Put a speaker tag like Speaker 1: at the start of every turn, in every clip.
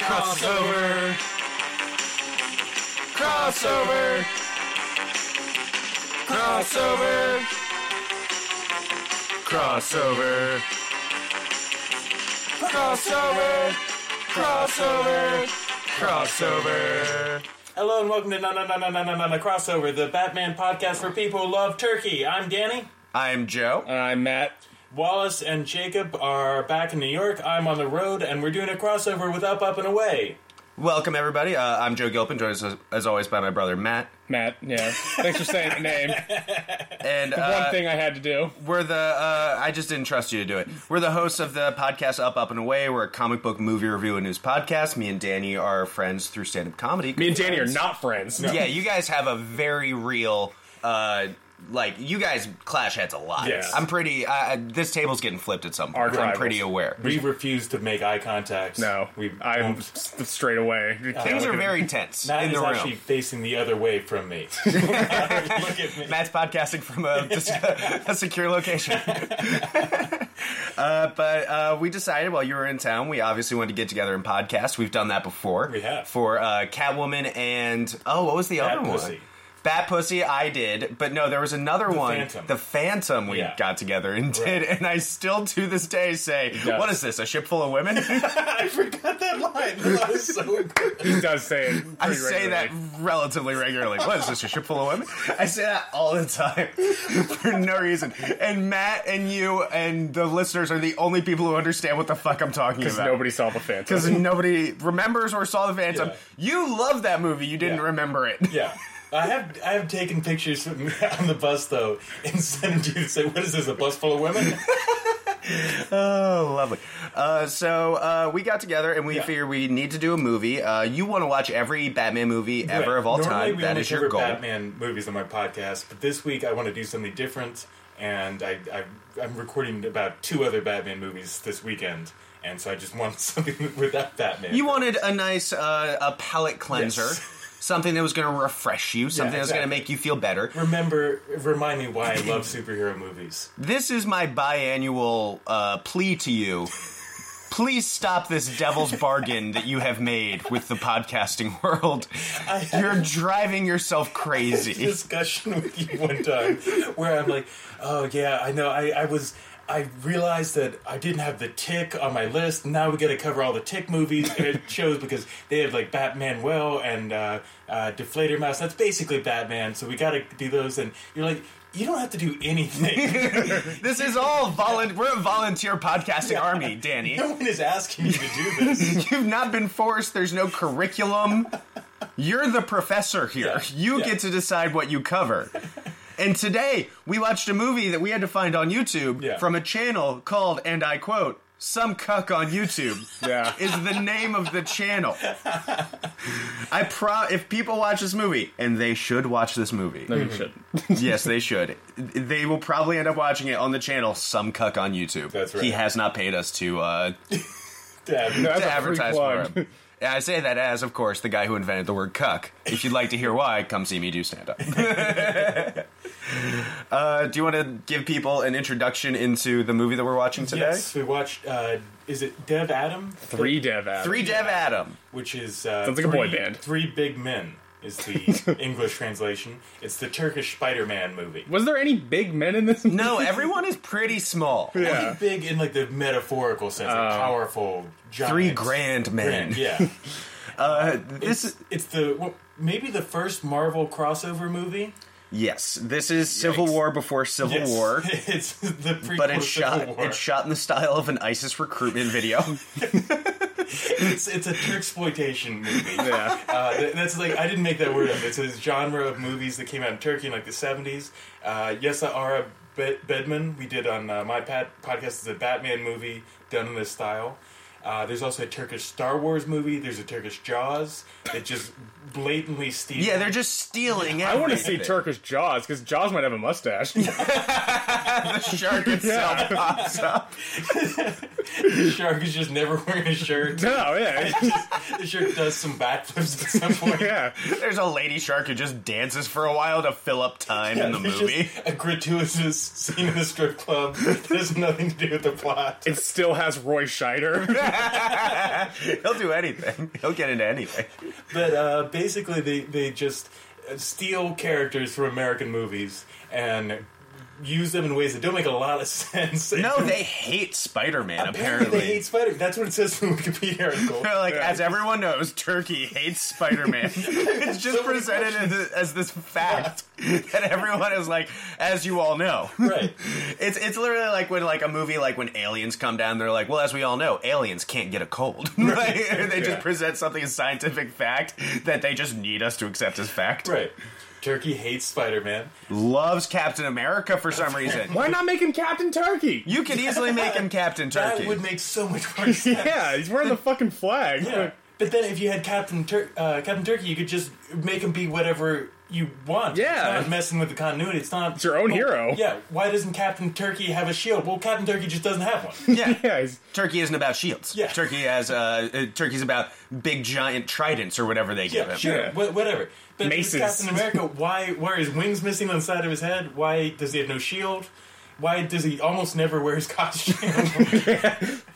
Speaker 1: Crossover. Crossover. Crossover. Crossover. Crossover. Crossover. Crossover.
Speaker 2: Hello and welcome to Na Na Na Na Na Na Na Na Crossover, the Batman podcast for people who love turkey. I'm Danny.
Speaker 1: I'm Joe.
Speaker 3: And Uh, I'm Matt.
Speaker 2: Wallace and Jacob are back in New York. I'm on the road, and we're doing a crossover with Up, Up, and Away.
Speaker 1: Welcome, everybody. Uh, I'm Joe Gilpin, joined as, as always by my brother Matt.
Speaker 3: Matt, yeah. Thanks for saying the name.
Speaker 1: And
Speaker 3: One
Speaker 1: uh,
Speaker 3: thing I had to do.
Speaker 1: We're the uh, I just didn't trust you to do it. We're the hosts of the podcast Up Up and Away. We're a comic book movie review and news podcast. Me and Danny are friends through stand up comedy.
Speaker 3: Me and Danny are not friends.
Speaker 1: Yeah, you guys have a very real uh like you guys clash heads a lot.
Speaker 2: Yes.
Speaker 1: I'm pretty uh, this table's getting flipped at some point.
Speaker 3: Our
Speaker 1: I'm
Speaker 3: rivals.
Speaker 1: pretty aware.
Speaker 2: We refuse to make eye contact.
Speaker 3: No,
Speaker 2: we
Speaker 1: Oh.
Speaker 3: I'm
Speaker 2: won't.
Speaker 3: s- straight away. You can't
Speaker 1: Things
Speaker 3: look
Speaker 1: are
Speaker 3: at
Speaker 1: very tense
Speaker 2: Matt
Speaker 1: in
Speaker 2: is
Speaker 1: the room.
Speaker 2: actually facing the other way from me. Look at me.
Speaker 1: Matt's podcasting from a, just a, secure location. uh, but uh, we decided while you were in town, we obviously wanted to get together and podcast. We've done that before.
Speaker 2: We have.
Speaker 1: For uh, Catwoman and. Oh, what was the
Speaker 2: Bat
Speaker 1: other one?
Speaker 2: Pussy.
Speaker 1: Bat Pussy, I did. But no, there was another one.
Speaker 2: Phantom.
Speaker 1: The Phantom we
Speaker 2: Yeah.
Speaker 1: got together and did. And I still to this day say,
Speaker 3: does.
Speaker 1: what is this, a ship full of women?
Speaker 2: I forgot that line. That was so good.
Speaker 3: He does say it. pretty
Speaker 1: I say
Speaker 3: regularly.
Speaker 1: that relatively regularly. What is this, a ship full of women? I say that all the time for no reason. And Matt and you and the listeners are the only people who understand what the fuck I'm talking
Speaker 3: because
Speaker 1: about.
Speaker 3: nobody saw the Phantom.
Speaker 1: Because nobody remembers or saw the Phantom.
Speaker 2: Yeah.
Speaker 1: You love that movie. You didn't
Speaker 2: Yeah.
Speaker 1: remember it.
Speaker 2: Yeah. I have I have taken pictures from on the bus though and sent them to you to say, What is this, a bus full of women?
Speaker 1: Oh, lovely. Uh, so uh, we got together and we
Speaker 2: Yeah.
Speaker 1: figured we need to do a movie. Uh, you want to watch every Batman movie ever of all
Speaker 2: Normally
Speaker 1: time.
Speaker 2: we
Speaker 1: That
Speaker 2: only
Speaker 1: is your
Speaker 2: cover
Speaker 1: goal.
Speaker 2: Batman movies on my podcast, but this week I want to do something different, and I, I I'm recording about two other Batman movies this weekend, and so I just want something without Batman.
Speaker 1: You wanted a nice uh, a palate cleanser,
Speaker 2: Yes.
Speaker 1: something that was going to refresh you, something that was going to
Speaker 2: exactly.
Speaker 1: make you feel better.
Speaker 2: remember remind me why I love superhero movies.
Speaker 1: This is my biannual uh, plea to you. Please stop this devil's bargain that you have made with the podcasting world.
Speaker 2: I had
Speaker 1: You're driving yourself crazy.
Speaker 2: discussion with you one time where I'm like, oh yeah, I know. I, I was. I realized that I didn't have the Tick on my list. Now we got to cover all the Tick movies and it shows because they have like Batman Well and uh, uh, Deflator Mouse. That's basically Batman. So we got to do those. And you're like, you don't have to do anything.
Speaker 1: This is all volunteer. We're a volunteer podcasting army, Danny.
Speaker 2: no one is asking you to do this.
Speaker 1: You've not been forced. There's no curriculum. You're the professor here.
Speaker 2: Yeah,
Speaker 1: You
Speaker 2: yeah.
Speaker 1: get to decide what you cover. And today we watched a movie that we had to find on YouTube
Speaker 2: Yeah.
Speaker 1: from a channel called, and I quote, "Some cuck on YouTube."
Speaker 3: yeah.
Speaker 1: Is the name of the channel. I pro if people watch this movie, and they should watch this movie.
Speaker 3: No, you shouldn't.
Speaker 1: Yes, they should. They will probably end up watching it on the channel Some Cuck on YouTube.
Speaker 2: That's right.
Speaker 1: He has not paid us to uh,
Speaker 2: Damn.
Speaker 3: That's
Speaker 1: to
Speaker 3: a free
Speaker 1: advertise for
Speaker 3: plug.
Speaker 1: him. Yeah, I say that as, of course, the guy who invented the word cuck. If you'd like to hear why, come see me do stand up. uh, do you want to give people an introduction into the movie that we're watching today?
Speaker 2: Yes, we watched. Uh, is it Dev Adam?
Speaker 3: Three dev ads.
Speaker 1: Three Dev Adam.
Speaker 2: which is uh,
Speaker 3: Sounds like a boy
Speaker 2: Three-
Speaker 3: band.
Speaker 2: Three Big Men is the English translation. It's the Turkish Spider-Man movie.
Speaker 3: Was there any big men in this?
Speaker 1: No, everyone is pretty small.
Speaker 3: Yeah. Oh.
Speaker 2: Only big in like the metaphorical sense, like powerful, giant,
Speaker 1: Three grand men.
Speaker 2: grand, Yeah,
Speaker 1: Uh, this is
Speaker 2: it's the well, maybe the first Marvel crossover movie.
Speaker 1: yes. This is Civil
Speaker 3: Yikes.
Speaker 1: War before Civil
Speaker 2: Yes.
Speaker 1: War.
Speaker 2: it's the prequel
Speaker 1: But it's
Speaker 2: to Civil
Speaker 1: shot.
Speaker 2: War.
Speaker 1: It's shot in the style of an ISIS recruitment video.
Speaker 2: It's, it's a exploitation movie.
Speaker 3: Yeah.
Speaker 2: Uh, th- that's like I didn't make that word up. It's a genre of movies that came out in Turkey in like the seventies. Uh, Yesa Ara Be- Bedman, we did on uh, my pat- podcast, is a Batman movie done in this style. Uh, there's also a Turkish Star Wars movie. There's a Turkish Jaws that just blatantly steals.
Speaker 1: yeah, they're just stealing.
Speaker 3: I want to see
Speaker 1: everything.
Speaker 3: Turkish Jaws because Jaws might have a mustache.
Speaker 1: The shark itself pops up.
Speaker 2: The shark is just never wearing a shirt.
Speaker 3: No, yeah,
Speaker 2: the shark does some backflips at some point.
Speaker 3: yeah.
Speaker 1: There's a lady shark who just dances for a while to fill up time in the
Speaker 2: There's
Speaker 1: movie.
Speaker 2: just a gratuitous scene in the strip club that has nothing to do with the plot.
Speaker 3: It still has Roy Scheider.
Speaker 1: He'll do anything. He'll get into anything.
Speaker 2: But uh, basically, they, they just uh, steal characters from American movies and use them in ways that don't make a lot of sense.
Speaker 1: No, they hate Spider-Man. Apparently,
Speaker 2: Apparently, they hate Spider. That's what it says in the Wikipedia article.
Speaker 1: They're like
Speaker 3: Yeah.
Speaker 1: as everyone knows, Turkey hates Spider-Man. it's just
Speaker 2: So many
Speaker 1: presented as, as this fact that everyone is like, as you all know.
Speaker 2: right.
Speaker 1: It's it's literally like when like a movie like when aliens come down, they're like, well, as we all know, aliens can't get a cold. like, they
Speaker 3: Yeah.
Speaker 1: just present something as scientific fact that they just need us to accept as fact.
Speaker 2: Right. Turkey hates Spider Man.
Speaker 1: Loves Captain America for some reason.
Speaker 3: Why not make him Captain Turkey?
Speaker 1: You could easily make him Captain Turkey.
Speaker 2: That would make so much more sense.
Speaker 3: Yeah, he's wearing the fucking flag.
Speaker 2: Yeah. But then if you had Captain Tur- uh, Captain Turkey, you could just make him be whatever you want.
Speaker 3: Yeah.
Speaker 2: It's not messing with the continuity. It's not. Oh,
Speaker 3: It's your own hero.
Speaker 2: Yeah. Why doesn't Captain Turkey have a shield? Well, Captain Turkey just doesn't have one.
Speaker 1: yeah.
Speaker 3: Yeah, he's,
Speaker 1: Turkey isn't about shields.
Speaker 2: Yeah.
Speaker 1: Turkey has uh, uh, Turkey's about big giant tridents or whatever they give
Speaker 2: Yeah,
Speaker 1: him.
Speaker 2: sure,
Speaker 3: Yeah.
Speaker 2: wha- whatever. But if it's
Speaker 3: Maces.
Speaker 2: Captain America, why why are his wings missing on the side of his head? Why does he have no shield? Why does he almost never wear his costume?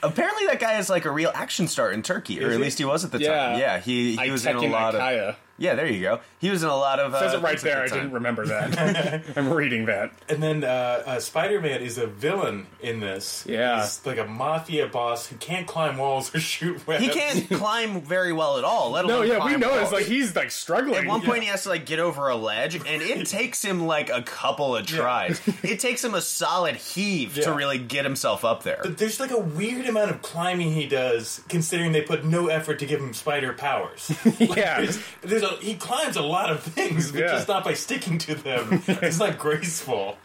Speaker 1: Apparently, that guy is like a real action star in Turkey, or
Speaker 2: Is
Speaker 1: at
Speaker 2: he?
Speaker 1: least he was at the
Speaker 3: Yeah.
Speaker 1: time. Yeah, he he was in a
Speaker 3: Tekken
Speaker 1: lot of.
Speaker 3: Ikaya.
Speaker 1: Yeah, there you go. He was in a lot of. Uh,
Speaker 3: Says it right
Speaker 1: things at
Speaker 3: there. I
Speaker 1: the time.
Speaker 3: didn't remember that. I'm reading that.
Speaker 2: and then uh, uh, Spider Man is a villain in this.
Speaker 3: Yeah.
Speaker 2: he's like a mafia boss who can't climb walls or shoot webs.
Speaker 1: He can't climb very well at all. Let
Speaker 3: No,
Speaker 1: alone
Speaker 3: yeah, we
Speaker 1: climb
Speaker 3: noticed.
Speaker 1: walls.
Speaker 3: Like he's like struggling.
Speaker 1: At one point, he has to like get over a ledge, and it takes him like a couple of tries. it takes him a solid heave to
Speaker 2: Yeah.
Speaker 1: really get himself up there.
Speaker 2: There's like a weird amount of climbing he does, considering they put no effort to give him spider powers.
Speaker 3: yeah,
Speaker 2: There's- there's a, he climbs a lot of things, but
Speaker 3: Yeah.
Speaker 2: just not by sticking to them. it's not graceful.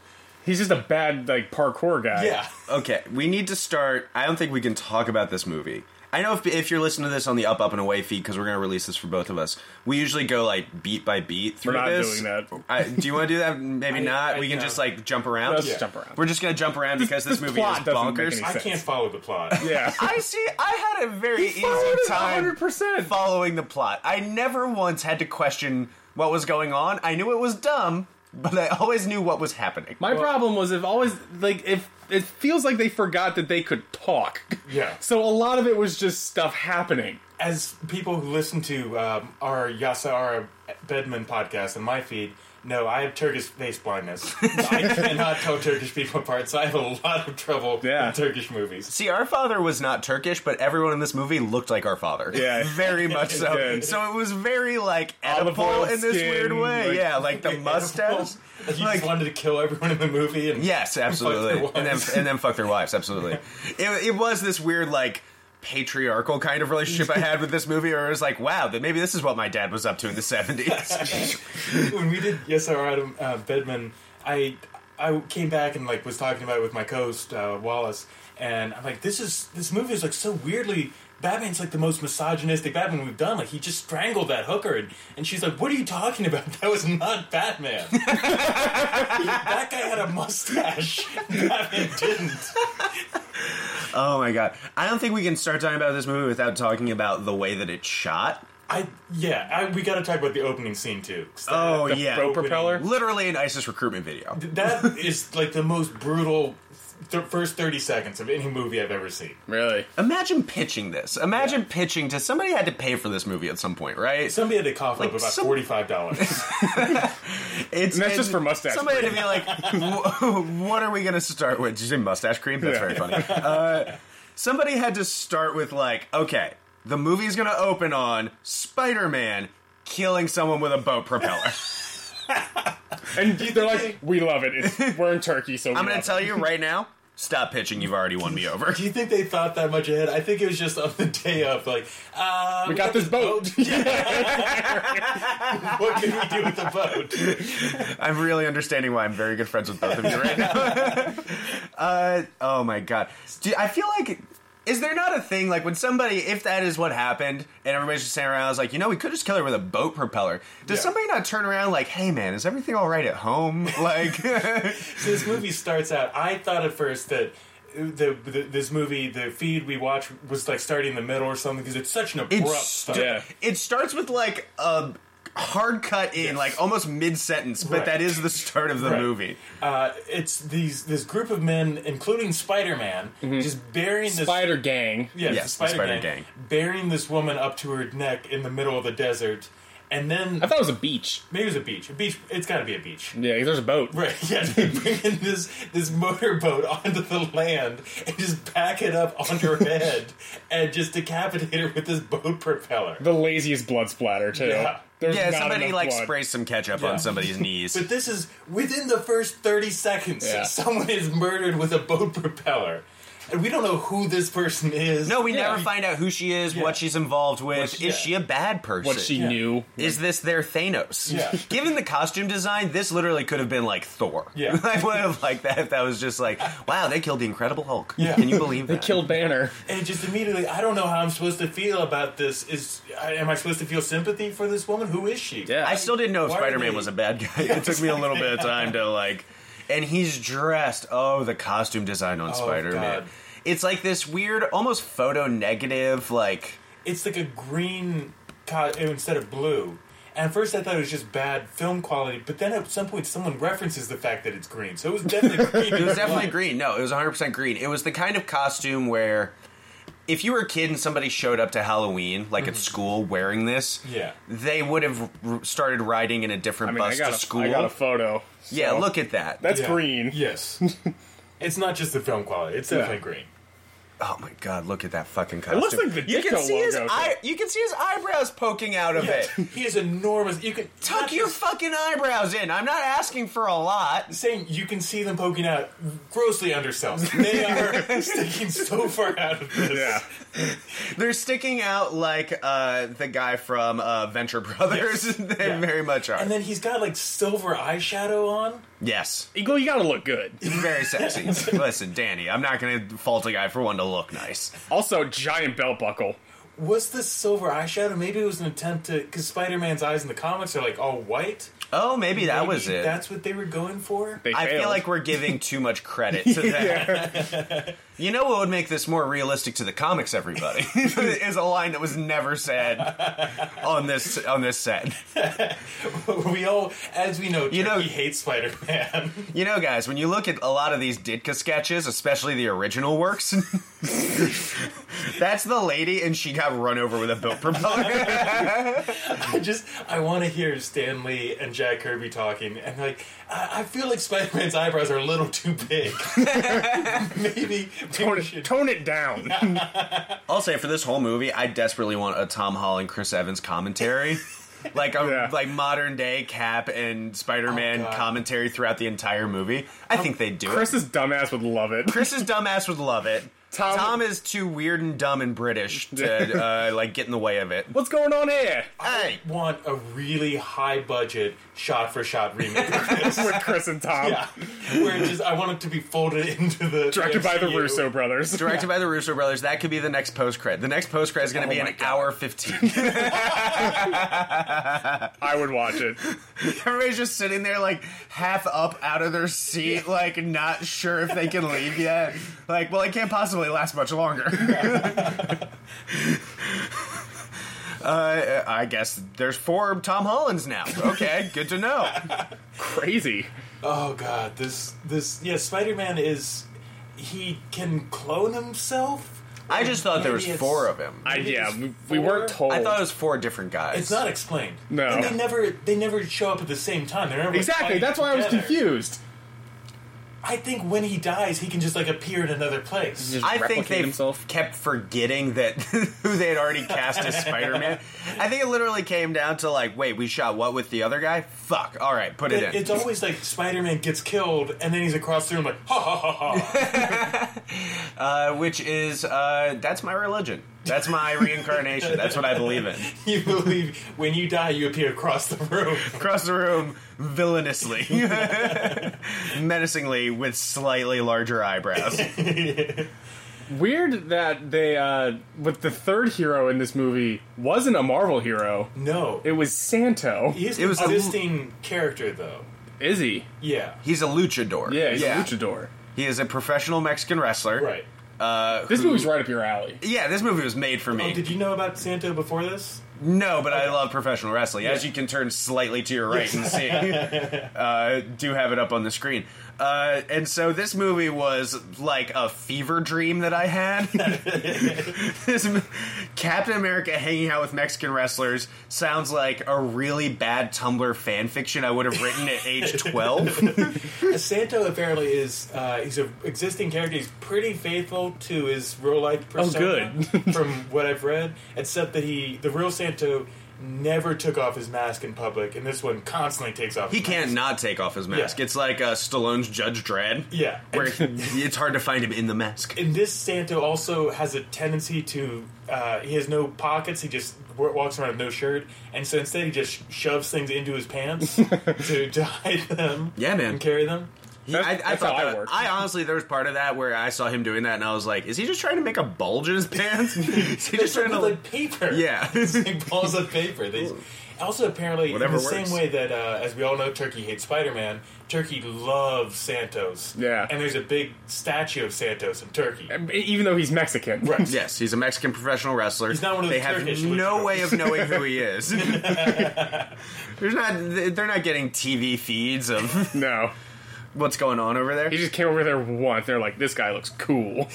Speaker 3: he's just a bad like parkour guy.
Speaker 2: Yeah.
Speaker 1: Okay, we need to start. I don't think we can talk about this movie. I know if, if you're listening to this on the Up Up and Away feed because we're gonna release this for both of us. We usually go like beat by beat through
Speaker 3: not
Speaker 1: this.
Speaker 3: doing that.
Speaker 1: I, do you want to do that? Maybe
Speaker 2: I-
Speaker 1: not.
Speaker 2: I-
Speaker 1: we can
Speaker 2: no.
Speaker 1: just like jump around.
Speaker 3: let's
Speaker 2: Yeah.
Speaker 3: jump around.
Speaker 1: We're just gonna jump around because this,
Speaker 3: this
Speaker 1: movie is
Speaker 3: plot doesn't make
Speaker 1: bonkers.
Speaker 3: any
Speaker 2: I
Speaker 3: sense.
Speaker 2: can't follow the plot.
Speaker 3: yeah.
Speaker 1: I see. I had a very easy time
Speaker 3: 100%.
Speaker 1: following the plot. I never once had to question what was going on. I knew it was dumb, but I always knew what was happening.
Speaker 3: My problem was if always like if it feels like they forgot that they could talk.
Speaker 2: Yeah.
Speaker 3: So a lot of it was just stuff happening.
Speaker 2: As people who listen to um, our Yasara Bedman podcast and my feed know, I have Turkish face blindness. I cannot tell Turkish people apart, so I have a lot of trouble
Speaker 3: Yeah.
Speaker 2: with Turkish movies.
Speaker 1: See, our father was not Turkish, but everyone in this movie looked like our father.
Speaker 3: Yeah.
Speaker 1: very much so.
Speaker 3: Good.
Speaker 1: So it was very like
Speaker 3: Olive oil
Speaker 1: Oedipal in this
Speaker 3: skin,
Speaker 1: weird way.
Speaker 3: like-
Speaker 1: yeah, like the mustache.
Speaker 2: Like, you
Speaker 1: Like-
Speaker 2: just wanted to kill everyone in the movie. And
Speaker 1: Yes, absolutely.
Speaker 2: their
Speaker 1: And then
Speaker 2: wives.
Speaker 1: and then fuck their wives. Absolutely. it, it was this weird like patriarchal kind of relationship I had with this movie, where it was like, wow, that maybe this is what my dad was up to in the seventies.
Speaker 2: when we did Yes, Our Adam uh, Bedman, I I came back and like was talking about it with my co-host uh, Wallace, and I'm like, this is this movie is like so weirdly. Batman's like the most misogynistic Batman we've done. Like he just strangled that hooker, and, and she's like, "What are you talking about? That was not Batman. that guy had a mustache. Batman didn't."
Speaker 1: oh my god, I don't think we can start talking about this movie without talking about the way that it's shot.
Speaker 2: I yeah. I, we got to talk about the opening scene too. 'cause that-
Speaker 1: Oh
Speaker 3: The
Speaker 1: yeah,
Speaker 3: boat propeller.
Speaker 1: literally an ISIS recruitment video.
Speaker 2: that is like the most brutal th- first thirty seconds of any movie I've ever seen.
Speaker 3: Really?
Speaker 1: Imagine pitching this. Imagine pitching to somebody had to pay for this movie at some point, right?
Speaker 2: Somebody had to cough up about
Speaker 1: some-
Speaker 2: forty five dollars.
Speaker 1: it's
Speaker 3: And that's just for mustache
Speaker 1: Somebody had to be like, "Wh- "What are we going to start with?" Did you say mustache cream? That's
Speaker 3: Yeah.
Speaker 1: very funny. Uh, somebody had to start with like, "Okay, the movie's going to open on Spider-Man killing someone with a boat propeller."
Speaker 3: And they're like, we love it. It's, we're in Turkey, so we
Speaker 1: I'm going
Speaker 3: love
Speaker 1: to tell you right now. Stop pitching. You've already won me over.
Speaker 2: Do you think they thought that much ahead? I think it was just on the day of, like, uh,
Speaker 3: it. We got this boat.
Speaker 2: what can we do with the boat?
Speaker 1: I'm really understanding why I'm very good friends with both of you right now. uh, oh my god, Do, I feel like is there not a thing like when somebody if that is what happened and everybody's just standing around, I was like, you know, we could just kill her with a boat propeller. Does
Speaker 2: Yeah.
Speaker 1: somebody not turn around like, hey man, is everything all right at home? Like,
Speaker 2: So this movie starts out. I thought at first that the, the this movie, the feed we watched was like starting in the middle or something because it's such an abrupt
Speaker 1: It's
Speaker 2: stop.
Speaker 1: stu-
Speaker 3: Yeah.
Speaker 1: It starts with like a hard cut in,
Speaker 2: Yes.
Speaker 1: like almost mid sentence, but
Speaker 2: Right.
Speaker 1: that is the start of the
Speaker 2: Right.
Speaker 1: movie.
Speaker 2: Uh, it's these this group of men, including Spider Man, just burying this
Speaker 3: Spider Gang.
Speaker 2: yes,
Speaker 1: Yes, the
Speaker 2: Spider,
Speaker 1: Spider
Speaker 2: gang,
Speaker 1: Gang.
Speaker 2: burying this woman up to her neck in the middle of the desert, and then
Speaker 3: I thought it was a beach.
Speaker 2: maybe it was a beach. A beach. It's got to be a beach.
Speaker 3: Yeah, 'cause there's a boat.
Speaker 2: Right, yeah, they bring in this this motorboat onto the land and just back it up on her head and just decapitate her with this boat propeller.
Speaker 3: The laziest blood splatter too.
Speaker 2: Yeah.
Speaker 3: There's
Speaker 1: Yeah,
Speaker 3: not
Speaker 1: somebody
Speaker 3: enough
Speaker 1: like
Speaker 3: blood.
Speaker 1: sprays some ketchup
Speaker 2: Yeah.
Speaker 1: on somebody's knees.
Speaker 2: But this is within the first 30 seconds,
Speaker 3: Yeah.
Speaker 2: someone is murdered with a boat propeller. And we don't know who this person is.
Speaker 1: no, we
Speaker 3: Yeah.
Speaker 1: never find out who she is, what she's involved with.
Speaker 2: What she-
Speaker 1: is
Speaker 2: yeah.
Speaker 1: she a bad person?
Speaker 3: What she
Speaker 2: Yeah.
Speaker 3: knew.
Speaker 1: Is this their Thanos?
Speaker 2: Yeah.
Speaker 1: Given the costume design, this literally could have been like Thor.
Speaker 2: Yeah.
Speaker 1: I would have liked that if that was just like, wow, they killed the Incredible Hulk.
Speaker 2: Yeah.
Speaker 1: Can you believe
Speaker 3: They
Speaker 1: that?
Speaker 3: killed Banner.
Speaker 2: And just immediately, I don't know how I'm supposed to feel about this. Is I- Am I supposed to feel sympathy for this woman? Who is she?
Speaker 3: Yeah.
Speaker 1: I still didn't know if
Speaker 2: Why are
Speaker 1: Spider Man
Speaker 2: they-
Speaker 1: was a bad guy. it took me a little bit of time to like. And he's dressed. Oh, the costume design on Spider Man.
Speaker 2: Oh, God.
Speaker 1: It's like this weird, almost photo negative, like.
Speaker 2: It's like a green co- oh, instead of blue. And at first I thought it was just bad film quality, but then at some point someone references the fact that it's green. So it was definitely green.
Speaker 1: It was definitely green. No, it was 100% green. It was the kind of costume where if you were a kid and somebody showed up to Halloween, like
Speaker 3: Mm-hmm.
Speaker 1: at school, wearing this,
Speaker 2: Yeah.
Speaker 1: they would have r- started riding in a different
Speaker 3: I mean, I
Speaker 1: bus
Speaker 3: got,
Speaker 1: to
Speaker 3: a,
Speaker 1: school.
Speaker 3: I got a photo.
Speaker 1: yeah,
Speaker 3: so-
Speaker 1: look at that.
Speaker 3: That's
Speaker 2: Yeah.
Speaker 3: green.
Speaker 2: Yes. it's not just the film quality. It's definitely green.
Speaker 1: Oh my god, look at that fucking costume.
Speaker 3: looks like the
Speaker 1: you can
Speaker 3: Ditko
Speaker 1: see his
Speaker 3: logo, too.
Speaker 1: eye, you can see his eyebrows poking out of it.
Speaker 2: He is enormous. You can
Speaker 1: Tuck
Speaker 2: not
Speaker 1: your
Speaker 2: just
Speaker 1: fucking eyebrows in. I'm not asking for a lot.
Speaker 2: saying you can see them poking out grossly undersells. They are sticking so far out of this.
Speaker 3: Yeah.
Speaker 1: They're sticking out like uh, the guy from uh, Venture Brothers. they
Speaker 2: Yeah.
Speaker 1: very much are.
Speaker 2: And then he's got like silver eyeshadow on.
Speaker 1: yes,
Speaker 3: Eagle, you gotta look good.
Speaker 1: very sexy. Listen, Danny, I'm not going to fault a guy for one to look nice.
Speaker 3: Also, giant belt buckle.
Speaker 2: Was this silver eyeshadow? Maybe it was an attempt to because Spider-Man's eyes in the comics are like all white.
Speaker 1: Oh, maybe that was
Speaker 2: Maybe
Speaker 1: it.
Speaker 2: That's what they were going for.
Speaker 3: They
Speaker 1: I
Speaker 3: failed.
Speaker 1: feel like we're giving too much credit to that. You know what would make this more realistic to the comics, everybody, is a line that was never said on this on this set.
Speaker 2: we all, as we know, you
Speaker 1: know-
Speaker 2: know, he hates Spider-Man.
Speaker 1: You know, guys, when you look at a lot of these Ditka sketches, especially the original works, that's the lady, and she got run over with a boat propeller.
Speaker 2: I just I want to hear Stan Lee and Jack Kirby talking, and like I, I feel like Spider Man's eyebrows are a little too big. maybe maybe
Speaker 3: tone
Speaker 2: we
Speaker 3: it,
Speaker 2: should.
Speaker 3: tone it down.
Speaker 1: I'll say for this whole movie, I desperately want a Tom Holland, Chris Evans commentary. Like a
Speaker 3: Yeah.
Speaker 1: like modern day Cap and Spider Man
Speaker 2: Oh, God.
Speaker 1: commentary throughout the entire movie. I
Speaker 3: Um,
Speaker 1: think they do it.
Speaker 3: Chris's dumbass would love it.
Speaker 1: Chris's dumbass would love it. Tom,
Speaker 3: Tom-
Speaker 1: is too weird and dumb and British to uh, like get in the way of it.
Speaker 3: What's going on here?
Speaker 1: Hey,
Speaker 2: Want a really high budget shot for shot remake of this?
Speaker 3: With Chris and Tom,
Speaker 2: yeah, where it just I want it to be folded into the
Speaker 3: directed by the
Speaker 2: MCU.
Speaker 3: Russo brothers.
Speaker 1: directed by the Russo brothers. That could be the next post cred. The next post cred is going to be
Speaker 3: Oh my
Speaker 1: an
Speaker 3: God.
Speaker 1: hour fifteen.
Speaker 3: I would watch it.
Speaker 1: Everybody's just sitting there like half up out of their seat, like not sure if they can leave yet. Like, well, it can't possibly last much longer. Uh, I guess there's four Tom Hollands now. Okay, good to know.
Speaker 3: Crazy.
Speaker 2: Oh god, this this yeah, Spider Man is he can clone himself.
Speaker 1: I just thought there was
Speaker 2: Maybe it's-
Speaker 1: four of him.
Speaker 3: I,
Speaker 2: Maybe
Speaker 3: yeah,
Speaker 2: it's
Speaker 3: we, we
Speaker 2: four?
Speaker 3: weren't told.
Speaker 1: I thought it was four different guys.
Speaker 2: It's not explained.
Speaker 3: No.
Speaker 2: and they never they never show up at the same time. They're never
Speaker 3: exactly.
Speaker 2: fighting
Speaker 3: That's why I was
Speaker 2: together.
Speaker 3: confused.
Speaker 2: I think when he dies, he can just like appear in another place.
Speaker 3: Just
Speaker 1: I think
Speaker 3: replicate
Speaker 1: they
Speaker 3: himself.
Speaker 1: kept forgetting that who they had already cast as Spider-Man. I think it literally came down to like, wait, we shot what with the other guy? Fuck. All right, put it,
Speaker 2: It-
Speaker 1: in.
Speaker 2: it's always like Spider-Man gets killed, and then he's across the room like, ha ha ha ha.
Speaker 1: Uh, which is uh, that's my religion. That's my reincarnation. That's what I believe in.
Speaker 2: you believe when you die, you appear across the room.
Speaker 1: Across the room, villainously, menacingly, with slightly larger eyebrows.
Speaker 3: Weird that they, uh, with the third hero in this movie, wasn't a Marvel hero.
Speaker 2: No,
Speaker 3: It was Santo.
Speaker 2: he's
Speaker 1: it
Speaker 2: an
Speaker 1: was a-
Speaker 2: existing character though.
Speaker 3: Is he?
Speaker 2: Yeah,
Speaker 1: He's a luchador.
Speaker 3: Yeah, he's a luchador.
Speaker 1: He is a professional Mexican wrestler.
Speaker 2: Right.
Speaker 1: Uh,
Speaker 3: This
Speaker 1: who-
Speaker 3: movie's right up your alley.
Speaker 1: Yeah, this movie was made for me.
Speaker 2: Oh, did you know about Santa before this?
Speaker 1: no, but I love professional wrestling. As you can turn slightly to your right and see, uh, do have it up on the screen. Uh, and so this movie was like a fever dream that I had. this m- Captain America hanging out with Mexican wrestlers sounds like a really bad Tumblr fan fiction I would have written at age twelve.
Speaker 2: Santo apparently is uh, he's an existing character. He's pretty faithful to his real life
Speaker 3: Oh,
Speaker 2: persona. from what I've read, except that he the real Santo never took off his mask in public, and this one constantly takes off.
Speaker 1: He
Speaker 2: his mask.
Speaker 1: can't not take off his mask.
Speaker 2: Yeah.
Speaker 1: It's like uh, Stallone's Judge Dredd.
Speaker 2: Yeah.
Speaker 1: Where it's hard to find him in the mask.
Speaker 2: And this Santo also has a tendency to uh, he has no pockets. He just wa- walks around with no shirt, and so instead he just shoves things into his pants to, to hide them.
Speaker 1: Yeah, man.
Speaker 2: and carry them.
Speaker 1: He- I,
Speaker 3: That's-
Speaker 1: I
Speaker 3: that's
Speaker 1: thought
Speaker 3: how I
Speaker 1: that-
Speaker 3: work.
Speaker 1: I honestly, there was part of that where I saw him doing that, and I was like, "Is he just trying to make a bulge in his pants? is he just trying to?"
Speaker 2: like paper.
Speaker 1: yeah,
Speaker 2: big balls of paper. These also apparently
Speaker 1: Whatever
Speaker 2: in the
Speaker 1: works.
Speaker 2: same way that uh, as we all know, Turkey hates Spider Man. Turkey loves Santos.
Speaker 3: Yeah.
Speaker 2: and there's a big statue of Santos in Turkey.
Speaker 3: Even though he's Mexican.
Speaker 2: Right.
Speaker 1: yes, he's a Mexican professional wrestler.
Speaker 2: He's not one of
Speaker 1: they
Speaker 2: those
Speaker 1: have
Speaker 2: Turkish
Speaker 1: no
Speaker 2: luchadors.
Speaker 1: way of knowing who he is. There's not. They're not getting TV feeds of
Speaker 3: No.
Speaker 1: what's going on over there.
Speaker 3: He just came over there once. They're like, this guy looks cool.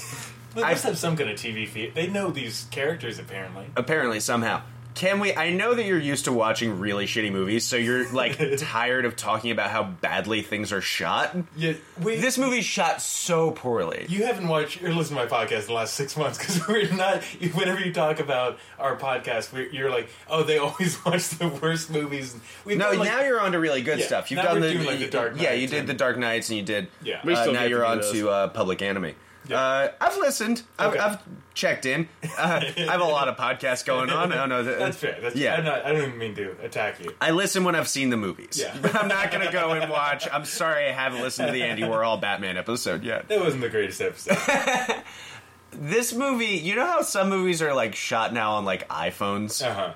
Speaker 2: They must have some kind of TV feed. They know these characters apparently.
Speaker 1: apparently somehow can we i know that you're used to watching really shitty movies so you're like tired of talking about how badly things are shot
Speaker 2: Yeah, we,
Speaker 1: this movie's shot so poorly
Speaker 2: You haven't watched or listened to my podcast the last six months because we're not. you- Whenever you talk about our podcast, we're, you're like, "Oh, they always watch the worst movies." We've
Speaker 1: no
Speaker 2: done, like,
Speaker 1: now you're on to really good
Speaker 2: Yeah,
Speaker 1: stuff you've
Speaker 2: now
Speaker 1: done
Speaker 2: we're
Speaker 1: the,
Speaker 2: doing, like, the Dark
Speaker 1: yeah
Speaker 2: Knight
Speaker 1: you did
Speaker 2: and-
Speaker 1: the dark knights and you did
Speaker 2: Yeah.
Speaker 3: We
Speaker 1: uh,
Speaker 3: still
Speaker 1: now
Speaker 3: need
Speaker 1: you're
Speaker 3: to do
Speaker 1: on
Speaker 3: those.
Speaker 1: to uh, public enemy
Speaker 2: Yeah.
Speaker 1: uh, i've listened I've,
Speaker 2: Okay.
Speaker 1: I've checked in uh, i have a lot of podcasts going on i don't know that-
Speaker 2: that's fair. That's,
Speaker 1: Yeah.
Speaker 2: I'm not, I don't even mean to attack you.
Speaker 1: I listen when I've seen the movies.
Speaker 2: Yeah.
Speaker 1: I'm not going to go and watch. I'm sorry I haven't listened to the Andy Warhol Batman episode yet.
Speaker 2: That wasn't the greatest episode.
Speaker 1: this movie you know how some movies are like shot now on like iphones
Speaker 2: Uh huh.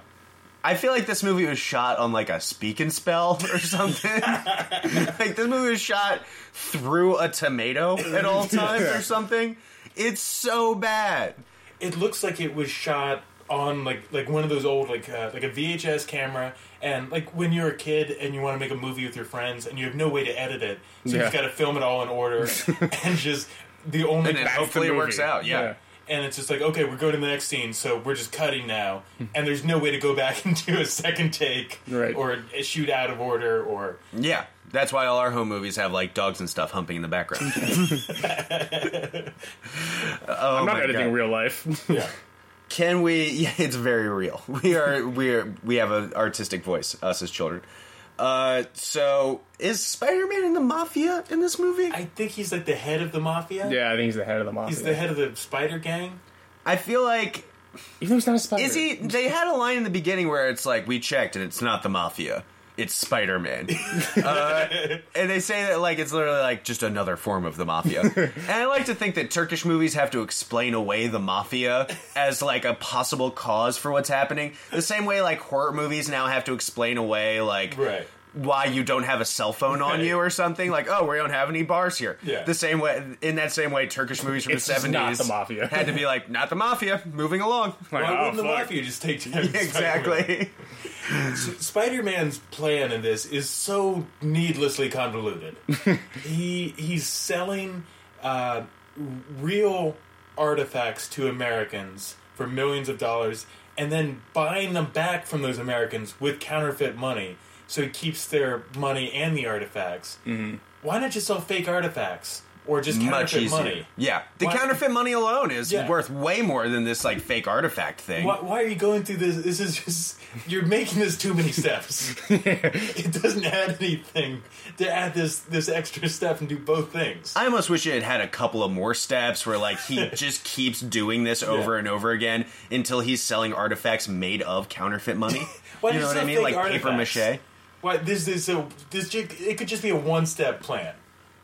Speaker 1: i feel like this movie was shot on like a speak and spell or something like this movie was shot through a tomato at all times or something it's so bad
Speaker 2: it looks like it was shot on like like one of those old like uh, like a VHS camera and like when you're a kid and you want to make a movie with your friends and you have no way to edit it so you
Speaker 3: Yeah.
Speaker 2: just got to film it all in order and just the only
Speaker 1: and then
Speaker 2: and,
Speaker 1: hopefully it
Speaker 3: movie.
Speaker 1: works out yeah,
Speaker 2: it's just like okay we're going to the next scene so we're just cutting now and there's no way to go back and do a second take
Speaker 3: Hmm. Right.
Speaker 2: or shoot out of order or
Speaker 1: yeah. That's why all our home movies have like dogs and stuff humping in the background.
Speaker 3: I'm not
Speaker 1: Oh my
Speaker 3: editing
Speaker 1: God.
Speaker 3: real life.
Speaker 2: yeah
Speaker 1: Can we? Yeah, it's very real. We are we are we have an artistic voice. Us as children. Uh, so is Spider-Man in the mafia in this movie?
Speaker 2: I think he's like the head of the mafia
Speaker 3: yeah, I think he's the head of the mafia.
Speaker 2: he's the head of the spider gang
Speaker 1: I feel like
Speaker 3: Even though he's not a spider.
Speaker 1: is he? They had a line in the beginning where it's like we checked and it's not the mafia, it's Spider Man, uh, and they say that like it's literally like just another form of the mafia. and I like to think that Turkish movies have to explain away the mafia as like a possible cause for what's happening. The same way like horror movies now have to explain away like
Speaker 2: right
Speaker 1: why you don't have a cell phone on
Speaker 2: Right.
Speaker 1: you or something like oh we don't have any bars here
Speaker 2: Yeah.
Speaker 1: the same way in that same way turkish movies from
Speaker 3: It's
Speaker 1: the
Speaker 3: just
Speaker 1: 70s
Speaker 3: not the mafia.
Speaker 1: had to be like not the mafia moving along
Speaker 3: Like,
Speaker 2: Why
Speaker 3: oh,
Speaker 2: wouldn't the
Speaker 3: fuck.
Speaker 2: mafia just take down Spider-Man?
Speaker 1: exactly
Speaker 2: Spider Man's plan in this is so needlessly convoluted. he he's selling uh, real artifacts to Americans for millions of dollars, and then buying them back from those Americans with counterfeit money. So he keeps their money and the artifacts. Mm. Why not just sell fake artifacts or just
Speaker 1: Mm-hmm. much
Speaker 2: counterfeit
Speaker 1: easier
Speaker 2: money?
Speaker 1: yeah the
Speaker 2: Why-
Speaker 1: counterfeit money alone is
Speaker 2: Yeah.
Speaker 1: worth way more than this like fake artifact thing
Speaker 2: Why, why are you going through this? This is just you're making this too many steps. it doesn't add anything to add this this extra step and do both things.
Speaker 1: I almost wish it had had a couple of more steps where, like, he just keeps doing this over
Speaker 2: Yeah.
Speaker 1: and over again until he's selling artifacts made of counterfeit money.
Speaker 2: Why
Speaker 1: you know
Speaker 2: just
Speaker 1: what I
Speaker 2: not
Speaker 1: mean?
Speaker 2: fake
Speaker 1: Like paper
Speaker 2: artifacts?
Speaker 1: mache.
Speaker 2: Why this is a this ju- it could just be a one step plan.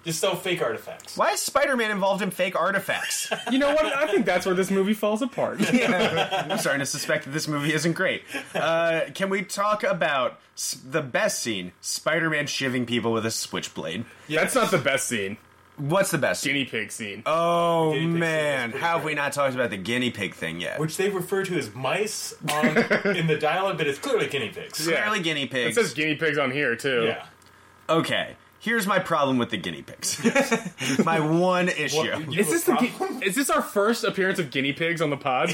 Speaker 2: Just sell fake artifacts.
Speaker 1: Why is Spider-Man involved in fake artifacts?
Speaker 3: You know what? I think that's where this movie falls apart.
Speaker 1: I'm starting to suspect that this movie isn't great. Uh, can we talk about s- the best scene? Spider-Man shivving people with a switchblade.
Speaker 3: That's not the best scene.
Speaker 1: What's the best?
Speaker 3: guinea pig scene.
Speaker 1: oh
Speaker 2: guinea pig
Speaker 1: man,
Speaker 2: scene was
Speaker 1: how have
Speaker 2: pretty
Speaker 1: we
Speaker 2: good.
Speaker 1: not talked about the guinea pig thing yet?
Speaker 2: which they refer to as mice on, in the dialogue, but it's clearly guinea pigs.
Speaker 3: Yeah.
Speaker 1: Clearly guinea
Speaker 3: it
Speaker 1: pigs.
Speaker 3: says guinea pigs on here too.
Speaker 2: Yeah.
Speaker 1: okay, here's my problem with the guinea pigs. my one issue.
Speaker 2: you
Speaker 3: Is
Speaker 2: have a
Speaker 3: this the gu-
Speaker 2: problem?
Speaker 3: is this our first appearance of guinea pigs on the pod?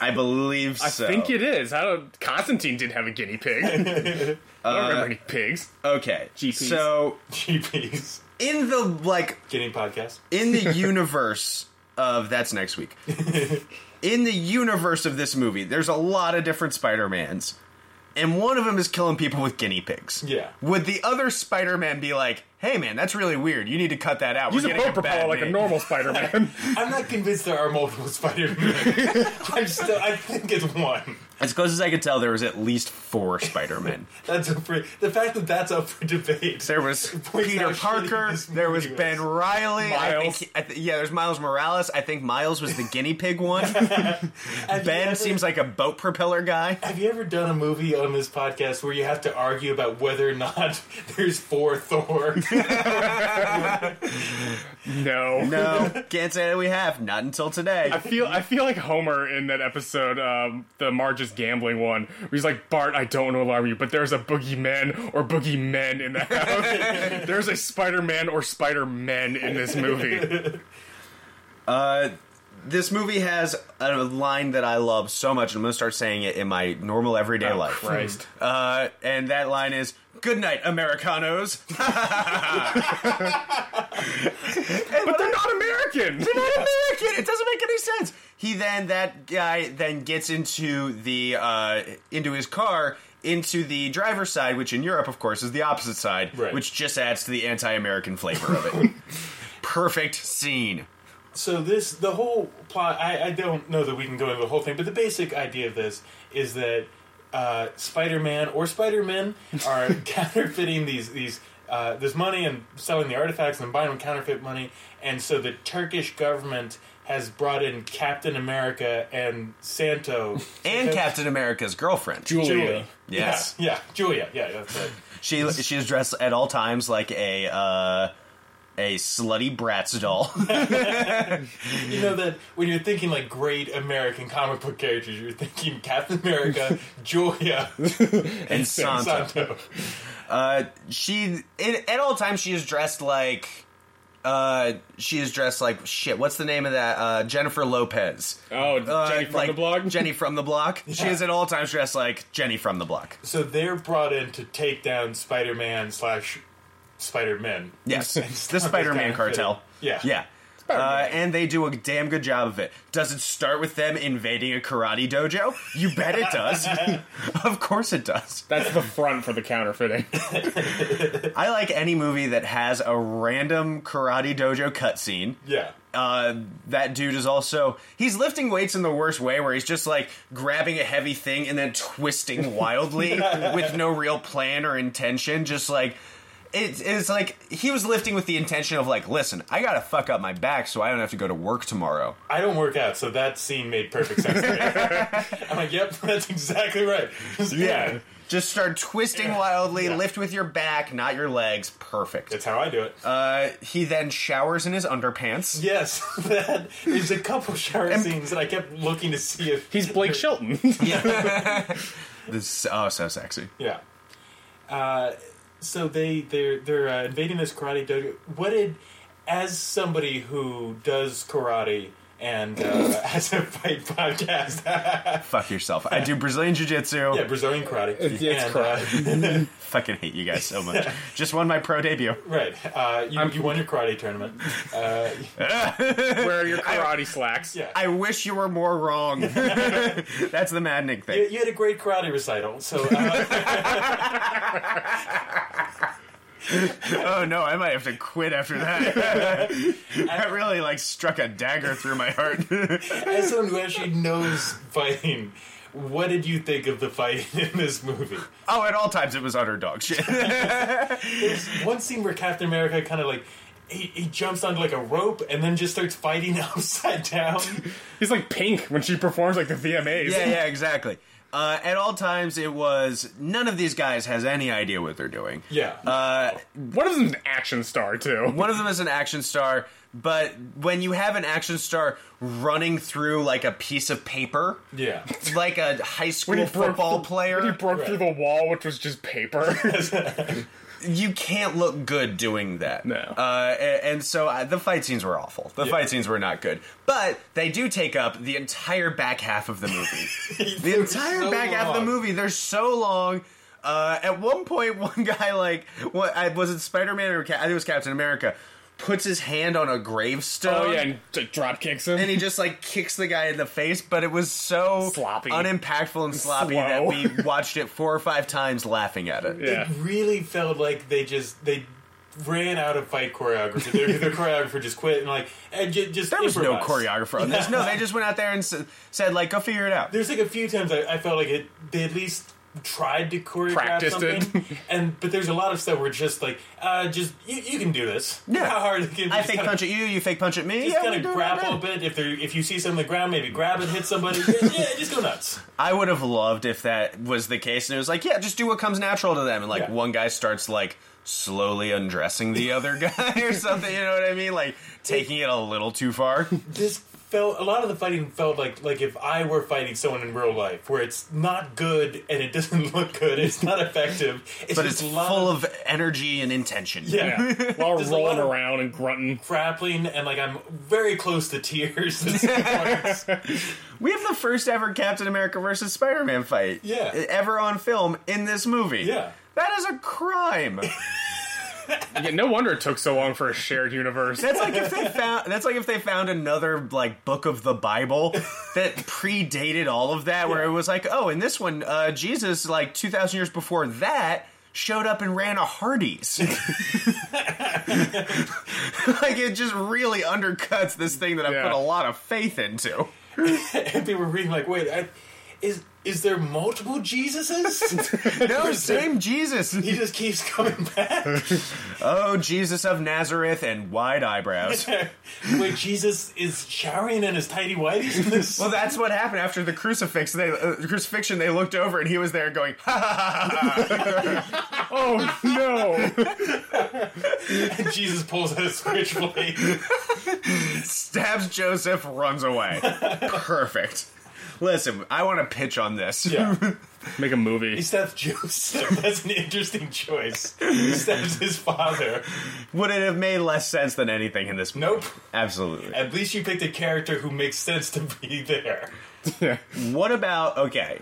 Speaker 1: I believe
Speaker 3: I
Speaker 1: so.
Speaker 3: think it is. I don't. Constantine didn't have a guinea pig. I don't remember any pigs.
Speaker 1: Okay,
Speaker 3: GPs.
Speaker 1: so
Speaker 2: GPs.
Speaker 1: in the like
Speaker 2: Guinea podcast.
Speaker 1: in the universe of that's next week. in the universe of this movie, there's a lot of different Spider-Mans. And one of them is killing people with guinea pigs.
Speaker 2: Yeah.
Speaker 1: Would the other Spider-Man be like, "Hey, man, that's really weird. You need to cut that out.
Speaker 3: Use
Speaker 1: We're
Speaker 3: a
Speaker 1: getting
Speaker 3: boat
Speaker 1: bad
Speaker 3: propeller like a
Speaker 1: name."
Speaker 3: normal Spider-Man.
Speaker 2: I'm not convinced there are multiple Spider-Man. I'm still. I think it's one.
Speaker 1: As close as I could tell, there was at least four Spider-Men.
Speaker 2: That's up for the fact that that's up for debate.
Speaker 1: There was
Speaker 2: Points
Speaker 1: Peter
Speaker 2: out how shitty
Speaker 1: Parker.
Speaker 2: this
Speaker 1: There was
Speaker 2: movie
Speaker 1: Ben Riley. I
Speaker 3: Miles.
Speaker 1: think, I th- yeah, there's Miles Morales. I think Miles was the guinea pig one.
Speaker 2: Have you
Speaker 1: Ben
Speaker 2: ever-
Speaker 1: seems like a boat propeller guy.
Speaker 2: Have you ever done a movie on this podcast where you have to argue about whether or not there's four Thor?
Speaker 3: no.
Speaker 1: No, can't say that we have. Not until today.
Speaker 3: I feel I feel like Homer in that episode, um, the Marge's gambling one, where he's like, Bart, I don't want to alarm you, but there's a boogeyman or boogeymen in the house. there's a Spider-Man or Spider-Men in this movie.
Speaker 1: This movie has a line that I love so much. and I'm gonna start saying it in my normal everyday life.
Speaker 3: Oh, Christ.
Speaker 1: Uh, and that line is "Good night, Americanos."
Speaker 3: But they're not American!
Speaker 1: They're not American. It doesn't make any sense. He then that guy then gets into the uh, into his car into the driver's side, which in Europe, of course, is the opposite side,
Speaker 2: Right.
Speaker 1: which just adds to the anti-American flavor of it. Perfect scene.
Speaker 2: so this the whole plot. I, I don't know that we can go into the whole thing, but the basic idea of this is that uh, Spider-Man or Spider-Men are counterfeiting these these. Uh, this money and selling the artifacts and buying them counterfeit money, and so the Turkish government has brought in Captain America and Santo
Speaker 1: And Captain America's girlfriend,
Speaker 2: Julia.
Speaker 1: Yes.
Speaker 2: Yeah, yeah, Julia. Yeah, that's right.
Speaker 1: She she is dressed at all times like a uh, a slutty Bratz doll.
Speaker 2: You know that when you're thinking like great American comic book characters, you're thinking Captain America, Julia,
Speaker 1: and Santa.
Speaker 2: Santo.
Speaker 1: Uh, she it, at all times she is dressed like uh, she is dressed like shit. What's the name of that? Uh, Jennifer Lopez.
Speaker 3: Oh,
Speaker 1: Uh,
Speaker 3: Jenny from
Speaker 1: like
Speaker 3: the blog?
Speaker 1: Jenny from the block. She
Speaker 2: Yeah.
Speaker 1: is at all times dressed like Jenny from the block.
Speaker 2: So they're brought in to take down Spider-Man slash Spider-Men.
Speaker 1: Yes, the
Speaker 2: It's
Speaker 1: Spider-Man
Speaker 2: kinda
Speaker 1: cartel.
Speaker 2: fitting. Yeah.
Speaker 1: yeah. Uh, and they do a damn good job of it. Does it start with them invading a karate dojo? You bet it does. of course it does.
Speaker 3: That's the front for the counterfeiting.
Speaker 1: I like any movie that has a random karate dojo cutscene.
Speaker 2: Yeah.
Speaker 1: Uh, that dude is also he's lifting weights in the worst way where he's just like grabbing a heavy thing and then twisting wildly with no real plan or intention just like it, it's like he was lifting with the intention of like listen i gotta fuck up my back so i don't have to go to work tomorrow
Speaker 2: I don't work out, so that scene made perfect sense to me. I'm like, yep, that's exactly right.
Speaker 1: yeah just start twisting wildly
Speaker 2: Yeah.
Speaker 1: lift with your back not your legs perfect
Speaker 2: That's how I do it.
Speaker 1: uh, he then showers in his underpants
Speaker 2: yes, that, there's a couple shower scenes that I kept looking to see if
Speaker 3: He's Blake Shelton.
Speaker 1: this oh so sexy
Speaker 2: Yeah. Uh, so they they're they're uh, invading this karate dojo. What did, as somebody who does karate and uh, has a fight podcast,
Speaker 1: fuck yourself i do brazilian jiu-jitsu
Speaker 2: yeah, Brazilian karate,
Speaker 3: It's- it's
Speaker 2: and, uh,
Speaker 1: fucking hate you guys so much. Just won my pro debut.
Speaker 2: right? Uh, you, you won your karate tournament. Uh,
Speaker 3: Where are your karate slacks?
Speaker 2: yeah.
Speaker 1: I wish you were more wrong. That's the maddening
Speaker 2: you,
Speaker 1: thing.
Speaker 2: you had a great karate recital, so uh,
Speaker 1: Oh no, I might have to quit after that. that really like struck a dagger through my heart.
Speaker 2: as someone who actually knows fighting, what did you think of the fight in this movie?
Speaker 1: oh, at all times it was utter dog shit.
Speaker 2: one scene where Captain America kind of like he, he jumps onto like a rope and then just starts fighting upside down.
Speaker 3: He's like pink when she performs like the VMAs.
Speaker 1: yeah, yeah, exactly. Uh, at all times, it was none of these guys has any idea what they're doing.
Speaker 2: Yeah.
Speaker 1: Uh,
Speaker 3: One of them's an action star too.
Speaker 1: one of them is an action star, but when you have an action star running through like a piece of paper,
Speaker 2: yeah.
Speaker 1: like a high school
Speaker 3: broke
Speaker 1: football
Speaker 3: through-
Speaker 1: player,
Speaker 3: He broke through the wall, which was just paper.
Speaker 1: you can't look good doing that.
Speaker 3: No.
Speaker 1: Uh, a- and, so I, the fight scenes were awful. The fight scenes were not good. But they do take up the entire back half of the movie. the entire
Speaker 2: so
Speaker 1: back half of the
Speaker 2: long.
Speaker 1: movie. They're so long. Uh, at one point, one guy like what I, was it Spider Man or Ca- I think it was Captain America puts his hand on a gravestone.
Speaker 3: oh yeah, and d- drop kicks him.
Speaker 1: and he just like kicks the guy in the face, but it was so
Speaker 3: Sloppy.
Speaker 1: unimpactful and sloppy
Speaker 3: Slow.
Speaker 1: that we watched it four or five times laughing at it.
Speaker 3: yeah.
Speaker 2: It really felt like they just they ran out of fight choreography. their, their choreographer just quit and like and ju- just
Speaker 1: There was no
Speaker 2: improvised.
Speaker 1: choreographer on this. No, they just went out there and s- said, like, go figure it out.
Speaker 2: There's like a few times I, I felt like it. They at least tried to choreograph
Speaker 3: Practiced it.
Speaker 2: something, and but there's a lot of stuff where it's just like, uh, just you, you can do this.
Speaker 1: Yeah.
Speaker 2: How hard it can
Speaker 1: I
Speaker 2: just
Speaker 1: fake
Speaker 2: kinda-
Speaker 1: punch at you, you fake punch at me.
Speaker 2: Just
Speaker 1: Yeah, we
Speaker 2: kind
Speaker 1: do
Speaker 2: of
Speaker 1: it
Speaker 2: grapple a
Speaker 1: right now.
Speaker 2: bit. If there, if you see something on the ground, maybe grab it, hit somebody. yeah, yeah, just go nuts.
Speaker 1: I would have loved if that was the case, and it was like, yeah, just do what comes natural to them. And like
Speaker 2: Yeah.
Speaker 1: one guy starts like slowly undressing the other guy or something. You know what I mean? Like taking it a little too far.
Speaker 2: this felt a lot of the fighting felt like like if I were fighting someone in real life, where it's not good and it doesn't look good, it's not effective. It's
Speaker 1: But it's
Speaker 2: just a lot
Speaker 1: full of energy and intention.
Speaker 2: yeah.
Speaker 3: yeah. While
Speaker 2: There's a lot
Speaker 3: rolling
Speaker 2: of-
Speaker 3: around and grunting.
Speaker 2: Grappling and like I'm very close to tears. at some points.
Speaker 1: We have the first ever Captain America versus Spider Man fight.
Speaker 2: Yeah.
Speaker 1: Ever on film in this movie.
Speaker 2: Yeah.
Speaker 1: That is a crime.
Speaker 3: Yeah, no wonder it took so long for a shared universe.
Speaker 1: That's like if they found that's like if they found another like book of the Bible that predated all of that where it was like, "Oh, in this one, uh Jesus like 2000 years before that showed up and ran a Hardee's." like it just really undercuts this thing that I
Speaker 3: Yeah.
Speaker 1: put a lot of faith into.
Speaker 2: and people were reading like, wait, I, is is there multiple Jesuses?
Speaker 1: No, same Jesus.
Speaker 2: he just keeps coming back.
Speaker 1: Oh, Jesus of Nazareth and wide eyebrows.
Speaker 2: Wait, Jesus is showering in his tidy whities in this.
Speaker 1: Well, that's what happened after the crucifix. They uh, the crucifixion. They looked over and he was there going, ha,
Speaker 3: Oh no!
Speaker 2: And Jesus pulls out a switchblade.
Speaker 1: stabs Joseph, runs away. Perfect. Listen, I want to pitch on this.
Speaker 2: Yeah.
Speaker 3: Make a movie.
Speaker 2: He stabs Joseph. That's an interesting choice. He stabs his father.
Speaker 1: Would it have made less sense than anything in this?
Speaker 2: Nope.
Speaker 1: Absolutely.
Speaker 2: At least you picked a character who makes sense to be there.
Speaker 1: What about okay?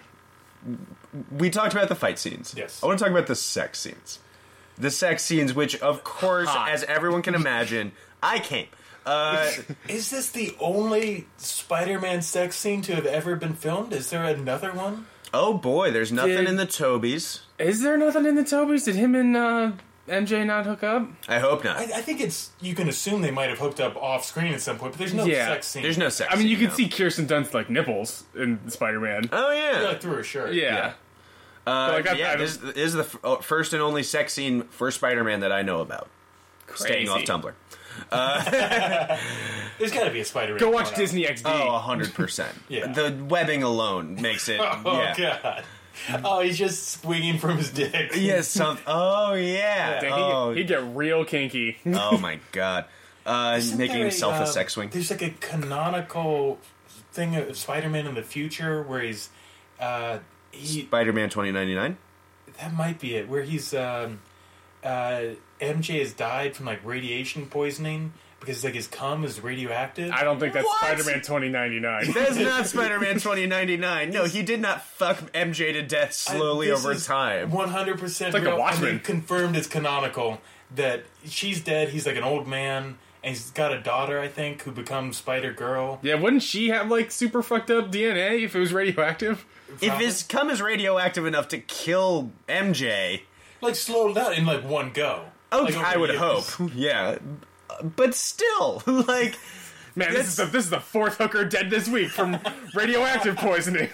Speaker 1: We talked about the fight scenes.
Speaker 2: Yes.
Speaker 1: I want to talk about the sex scenes. The sex scenes, which of course,
Speaker 3: Hot.
Speaker 1: as everyone can imagine, I came. Uh,
Speaker 2: Is this the only Spider-Man sex scene to have ever been filmed? Is there another one?
Speaker 1: oh boy, there's nothing
Speaker 3: Did-
Speaker 1: in the Tobies.
Speaker 3: Is there nothing in the Tobys? Did him and uh, MJ not hook up?
Speaker 1: I hope not.
Speaker 2: I, I think it's. You can assume they might have hooked up off screen at some point, but there's no
Speaker 3: Yeah.
Speaker 2: sex scene.
Speaker 1: There's no sex.
Speaker 3: I mean, you
Speaker 1: scene,
Speaker 3: can
Speaker 1: no.
Speaker 3: see Kirsten Dunst like nipples in Spider Man.
Speaker 1: Oh yeah.
Speaker 2: Like through her shirt.
Speaker 3: yeah.
Speaker 1: yeah.
Speaker 3: But, like,
Speaker 1: Uh,
Speaker 3: I-
Speaker 1: yeah,
Speaker 3: I-
Speaker 1: this, this is the f- oh, first and only sex scene for Spider-Man that I know about. Staying off
Speaker 3: crazy.
Speaker 1: Tumblr.
Speaker 2: There's got to be a Spider-Man.
Speaker 3: Go watch
Speaker 2: porno.
Speaker 3: Disney XD.
Speaker 1: Oh, hundred percent.
Speaker 2: Yeah.
Speaker 1: The webbing alone makes it.
Speaker 2: Oh
Speaker 1: yeah.
Speaker 2: god. Oh, he's just swinging from his dick.
Speaker 1: Yeah, some, oh yeah.
Speaker 3: Dang, he'd,
Speaker 1: oh,
Speaker 3: he'd get real kinky.
Speaker 1: oh my god. Uh,
Speaker 2: Isn't
Speaker 1: making
Speaker 2: there
Speaker 1: himself a
Speaker 2: uh,
Speaker 1: sex swing.
Speaker 2: There's like a canonical thing of Spider-Man in the future where he's uh, he
Speaker 1: Spider-Man twenty ninety nine.
Speaker 2: that might be it where he's um, uh, MJ has died from like radiation poisoning because like his cum is radioactive.
Speaker 3: I don't think that's
Speaker 1: What?
Speaker 3: Spider Man 2099.
Speaker 1: That is not Spider-Man twenty ninety nine. No, he did not fuck MJ to death slowly over time.
Speaker 2: One hundred percent.
Speaker 3: like a Watchmen.
Speaker 2: confirmed it's canonical that she's dead. He's like an old man. And he's got a daughter, I think, who becomes Spider Girl.
Speaker 3: yeah, wouldn't she have like super fucked up DNA if it was radioactive?
Speaker 1: If his cum is radioactive enough to kill MJ,
Speaker 2: Like slowed down in like one go. Like,
Speaker 1: Okay,
Speaker 2: over
Speaker 1: Oh, I would
Speaker 2: years.
Speaker 1: hope. Yeah, but still, like,
Speaker 3: Man, this is, the, this is the fourth hooker dead this week from radioactive poisoning.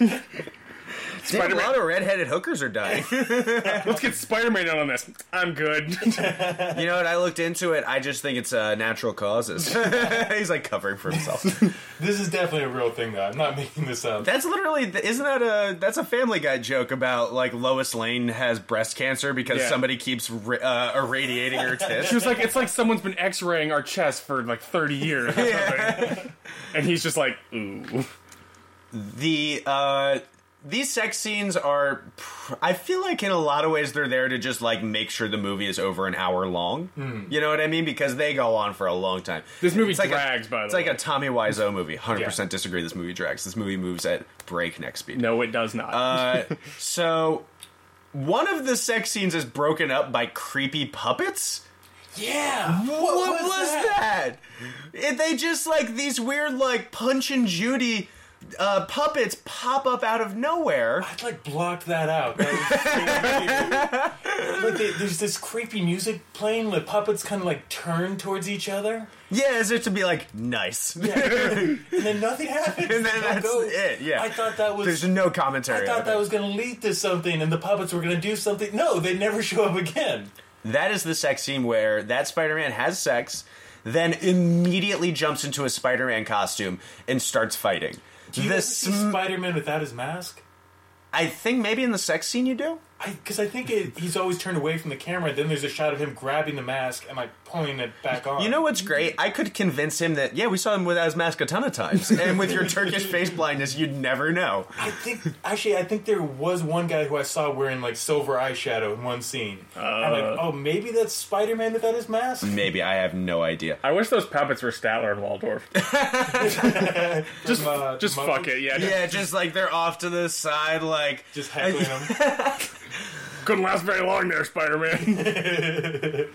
Speaker 1: Damn, a
Speaker 3: Spider-Man.
Speaker 1: lot of redheaded hookers are dying.
Speaker 3: Let's get Spider-Man in on this. I'm good.
Speaker 1: you know what? I looked into it. I just think it's uh, natural causes. He's like covering for himself.
Speaker 2: This is definitely a real thing, though. I'm not making this up.
Speaker 1: That's literally isn't that a that's a Family Guy joke about like Lois Lane has breast cancer because
Speaker 3: Yeah.
Speaker 1: somebody keeps ri- uh, irradiating her
Speaker 3: She
Speaker 1: tits.
Speaker 3: was like, it's like someone's been X-raying our chest for like 30 years, or something. and he's just like, ooh.
Speaker 1: the uh, these sex scenes are, pr- I feel like in a lot of ways they're there to just like make sure the movie is over an hour long. You know what I mean? Because they go on for a long time.
Speaker 3: Hmm. This movie
Speaker 1: It's like a-
Speaker 3: drags, by the
Speaker 1: it's
Speaker 3: way.
Speaker 1: like a Tommy Wiseau movie. Hundred percent disagree. This movie drags. This movie moves at breakneck speed.
Speaker 3: no, it does not.
Speaker 1: Uh, so one of the sex scenes is broken up by creepy puppets.
Speaker 2: Yeah. What,
Speaker 1: What, was, that? It- they just like these weird like Punch and Judy uh, puppets pop up out of nowhere.
Speaker 2: I'd like blocked that out. That was so weird. like they, there's this creepy music playing. The puppets kind of like turn towards each other,
Speaker 1: Yeah, as if to be like nice.
Speaker 2: and then nothing happens.
Speaker 1: and then
Speaker 2: They
Speaker 1: that's
Speaker 2: go.
Speaker 1: it. Yeah,
Speaker 2: I thought that was.
Speaker 1: there's no commentary.
Speaker 2: I
Speaker 1: on
Speaker 2: thought that
Speaker 1: it.
Speaker 2: was going to lead to something, and the puppets were going to do something. No, they never show up again.
Speaker 1: That is the sex scene where that Spider-Man has sex, then immediately jumps into a Spider-Man costume and starts fighting.
Speaker 2: Do you ever
Speaker 1: This,
Speaker 2: see Spider-Man without his mask?
Speaker 1: I think, maybe in the sex scene you do.
Speaker 2: Because I, think it, he's always turned away from the camera. Then there's a shot of him grabbing the mask and like pulling it back on.
Speaker 1: You know what's great? I could convince him that yeah, we saw him without his mask a ton of times, and with your Turkish face blindness, you'd never know.
Speaker 2: I think actually, I think there was one guy who I saw wearing like silver eyeshadow in one scene. I'm like, oh, maybe that's Spider-Man without his mask.
Speaker 1: Maybe I have no idea.
Speaker 3: I wish those puppets were Statler and Waldorf. just
Speaker 2: uh,
Speaker 3: just
Speaker 2: Muppets?
Speaker 3: fuck it, yeah. just-
Speaker 1: Yeah, just like they're off to the side, like uh,
Speaker 2: Just heckling him.
Speaker 3: Couldn't last very long there, Spider-Man.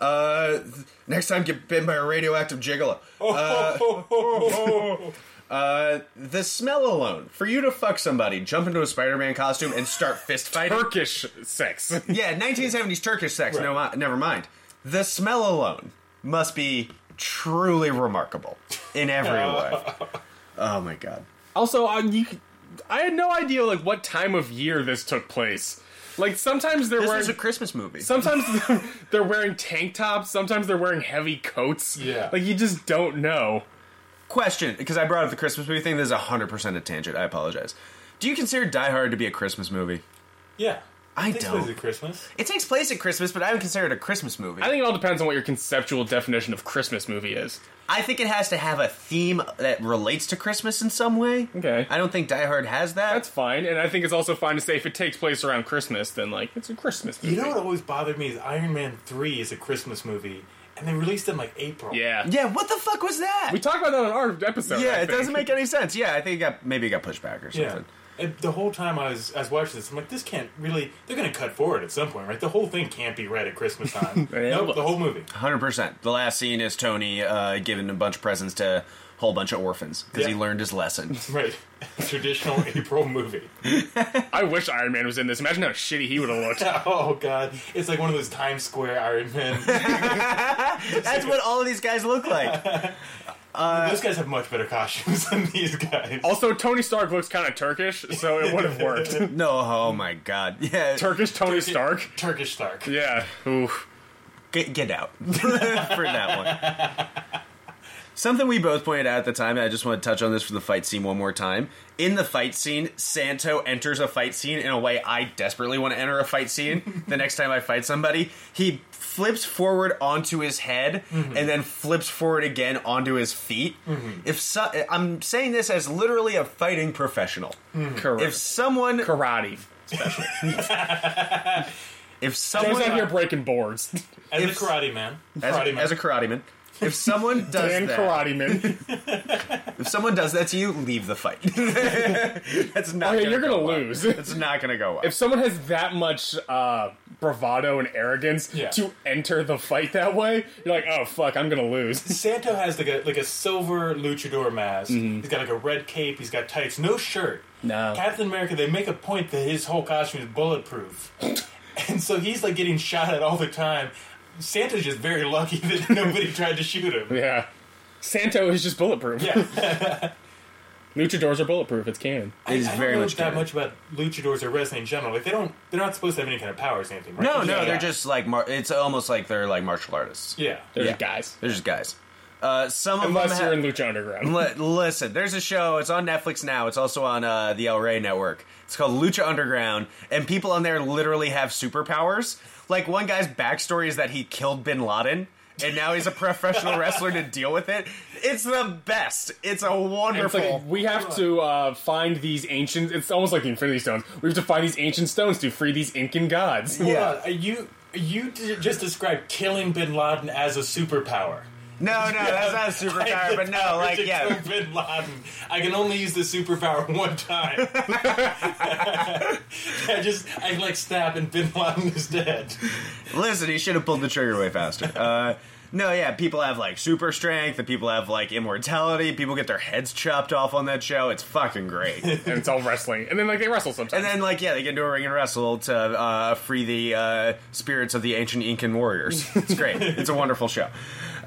Speaker 1: uh, next time get bitten by a radioactive gigolo.
Speaker 2: Oh,
Speaker 1: Uh, the smell alone for you to fuck somebody, jump into a Spider-Man costume, and start fist fighting.
Speaker 3: Turkish sex.
Speaker 1: yeah, 1970s Turkish sex. No,
Speaker 2: Right.
Speaker 1: never mind. The smell alone must be truly remarkable in every way. Oh my god.
Speaker 3: Also, I, you, c- I had no idea like what time of year this took place. Like sometimes they're
Speaker 1: This
Speaker 3: wearing
Speaker 1: is a Christmas movie.
Speaker 3: sometimes they're wearing tank tops. Sometimes they're wearing heavy coats.
Speaker 2: Yeah.
Speaker 3: like you just don't know.
Speaker 1: Question, because I brought up the Christmas movie thing. This is hundred percent a tangent. I apologize. Do you consider Die Hard to be a Christmas movie?
Speaker 2: yeah,
Speaker 1: I
Speaker 2: Takes
Speaker 1: don't.
Speaker 2: place at Christmas.
Speaker 1: It takes place at Christmas, but I would consider it a Christmas movie.
Speaker 3: I think it all depends on what your conceptual definition of Christmas movie is.
Speaker 1: I think it has to have a theme that relates to Christmas in some way.
Speaker 3: Okay.
Speaker 1: I don't think Die Hard has that.
Speaker 3: That's fine, and I think it's also fine to say if it takes place around Christmas, then like it's a Christmas movie.
Speaker 2: You know what always bothered me is Iron Man Three is a Christmas movie, and they released it in like April.
Speaker 3: yeah,
Speaker 1: yeah, what the fuck was that?
Speaker 3: We talked about that on our episode.
Speaker 1: yeah,
Speaker 3: I
Speaker 1: it
Speaker 3: think.
Speaker 1: doesn't make any sense. Yeah, I think it got maybe it got pushed back or
Speaker 2: yeah.
Speaker 1: something.
Speaker 2: And the whole time I was I was watching this, I'm like, this can't really. They're going to cut forward at some point, right? The whole thing can't be right at Christmas time.
Speaker 3: Yeah,
Speaker 2: nope,
Speaker 3: look.
Speaker 2: the whole movie.
Speaker 1: Hundred percent. The last scene is Tony uh, giving a bunch of presents to a whole bunch of orphans because he
Speaker 2: Yeah.
Speaker 1: learned his lesson.
Speaker 2: Right, traditional April movie.
Speaker 3: I wish Iron Man was in this. Imagine how shitty he would have looked.
Speaker 2: Oh god, it's like one of those Times Square Iron Men.
Speaker 1: That's what all of these guys look like. Uh,
Speaker 2: those guys have much better costumes than these guys.
Speaker 3: Also, Tony Stark looks kind of Turkish, so it would have worked.
Speaker 1: No, oh my god. Yeah.
Speaker 3: Turkish Tony Stark.
Speaker 2: Turkish Stark.
Speaker 3: Yeah. Ooh.
Speaker 1: get, get out for that one. Something we both pointed out at the time, and I just want to touch on this for the fight scene one more time. In the fight scene, Santo enters a fight scene in a way I desperately want to enter a fight scene the next time I fight somebody. He flips forward onto his head and then flips forward again onto his feet. If so, I'm saying this as literally a fighting professional. If
Speaker 3: Correct.
Speaker 1: someone
Speaker 3: Karate.
Speaker 1: if
Speaker 3: He's
Speaker 1: someone
Speaker 3: out here breaking boards.
Speaker 2: As
Speaker 1: If-
Speaker 2: a karate man.
Speaker 1: as,
Speaker 2: karate man.
Speaker 1: as a karate man, if someone does
Speaker 3: Dan
Speaker 1: that,
Speaker 3: Karate Man.
Speaker 1: If someone does that to you, leave the fight. That's not.
Speaker 3: Okay,
Speaker 1: gonna
Speaker 3: you're
Speaker 1: go
Speaker 3: gonna
Speaker 1: well.
Speaker 3: lose.
Speaker 1: It's not gonna go well.
Speaker 3: If someone has that much uh, bravado and arrogance
Speaker 2: Yeah.
Speaker 3: to enter the fight that way, you're like, oh fuck, I'm gonna lose.
Speaker 2: Santo has like a like a silver luchador mask.
Speaker 1: Mm-hmm.
Speaker 2: He's got like a red cape. He's got tights. No shirt.
Speaker 3: No.
Speaker 2: Captain America. They make a point that his whole costume is bulletproof, and so he's like getting shot at all the time. Santa's just very lucky that nobody tried to shoot him.
Speaker 3: Yeah. Santo is just bulletproof.
Speaker 2: Yeah.
Speaker 3: Luchadors are bulletproof. It's canon.
Speaker 2: I,
Speaker 1: It is
Speaker 2: I don't
Speaker 1: very
Speaker 2: know
Speaker 1: much
Speaker 2: that
Speaker 1: canon.
Speaker 2: much about luchadors or wrestling in general. Like they don't, they're not supposed to have any kind of powers or anything, right?
Speaker 1: No, no,
Speaker 3: Yeah.
Speaker 1: they're just like mar- it's almost like they're like martial artists.
Speaker 2: Yeah.
Speaker 3: They're
Speaker 1: Yeah.
Speaker 3: just guys.
Speaker 1: They're just guys. Uh, some of
Speaker 3: Unless
Speaker 1: them
Speaker 3: you're
Speaker 1: have-
Speaker 3: in Lucha Underground.
Speaker 1: Li- listen, there's a show. It's on Netflix now. It's also on uh, the El Rey network. It's called Lucha Underground, and people on there literally have superpowers. Like one guy's backstory is that he killed Bin Laden. And now he's a professional wrestler to deal with it. It's the best. It's a
Speaker 3: It's
Speaker 1: wonderful.
Speaker 3: like we have to uh, find these ancient. It's almost like the Infinity Stones. We have to find these ancient stones to free these Incan gods.
Speaker 2: Hold
Speaker 1: Yeah.
Speaker 2: on, are uh, you you d- just described killing Bin Laden as a superpower.
Speaker 1: no, no, that's not a superpower, but no, like,
Speaker 2: To
Speaker 1: yeah.
Speaker 2: kill Bin Laden. I can only use the superpower one time. I just I like snap and Bin Laden is dead.
Speaker 1: Listen, he should have pulled the trigger way faster. Uh, no, yeah, people have like super strength, and people have like immortality. People get their heads chopped off on that show. It's fucking great. and
Speaker 3: and it's all wrestling. And then like they wrestle sometimes.
Speaker 1: then like yeah, they get into a ring and wrestle to uh, free the uh, spirits of the ancient Incan warriors. It's great. it's a wonderful show.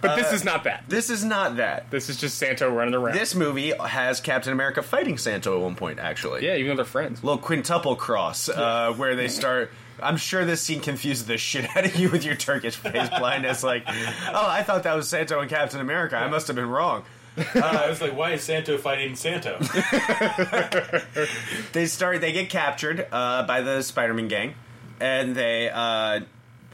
Speaker 3: but this is not that.
Speaker 1: This is not that.
Speaker 3: This is just Santo running around.
Speaker 1: uh, This movie has Captain America fighting Santo at one point, actually.
Speaker 3: yeah, even though they're friends.
Speaker 1: Little quintuple cross, uh, where they start. I'm sure this scene confuses the shit out of you with your Turkish face blindness. Like, oh, I thought that was Santo and Captain America. I must have been wrong.
Speaker 2: I was like, why is Santo fighting Santo?
Speaker 1: They start. They get captured uh, by the Spider-Man gang, and they uh,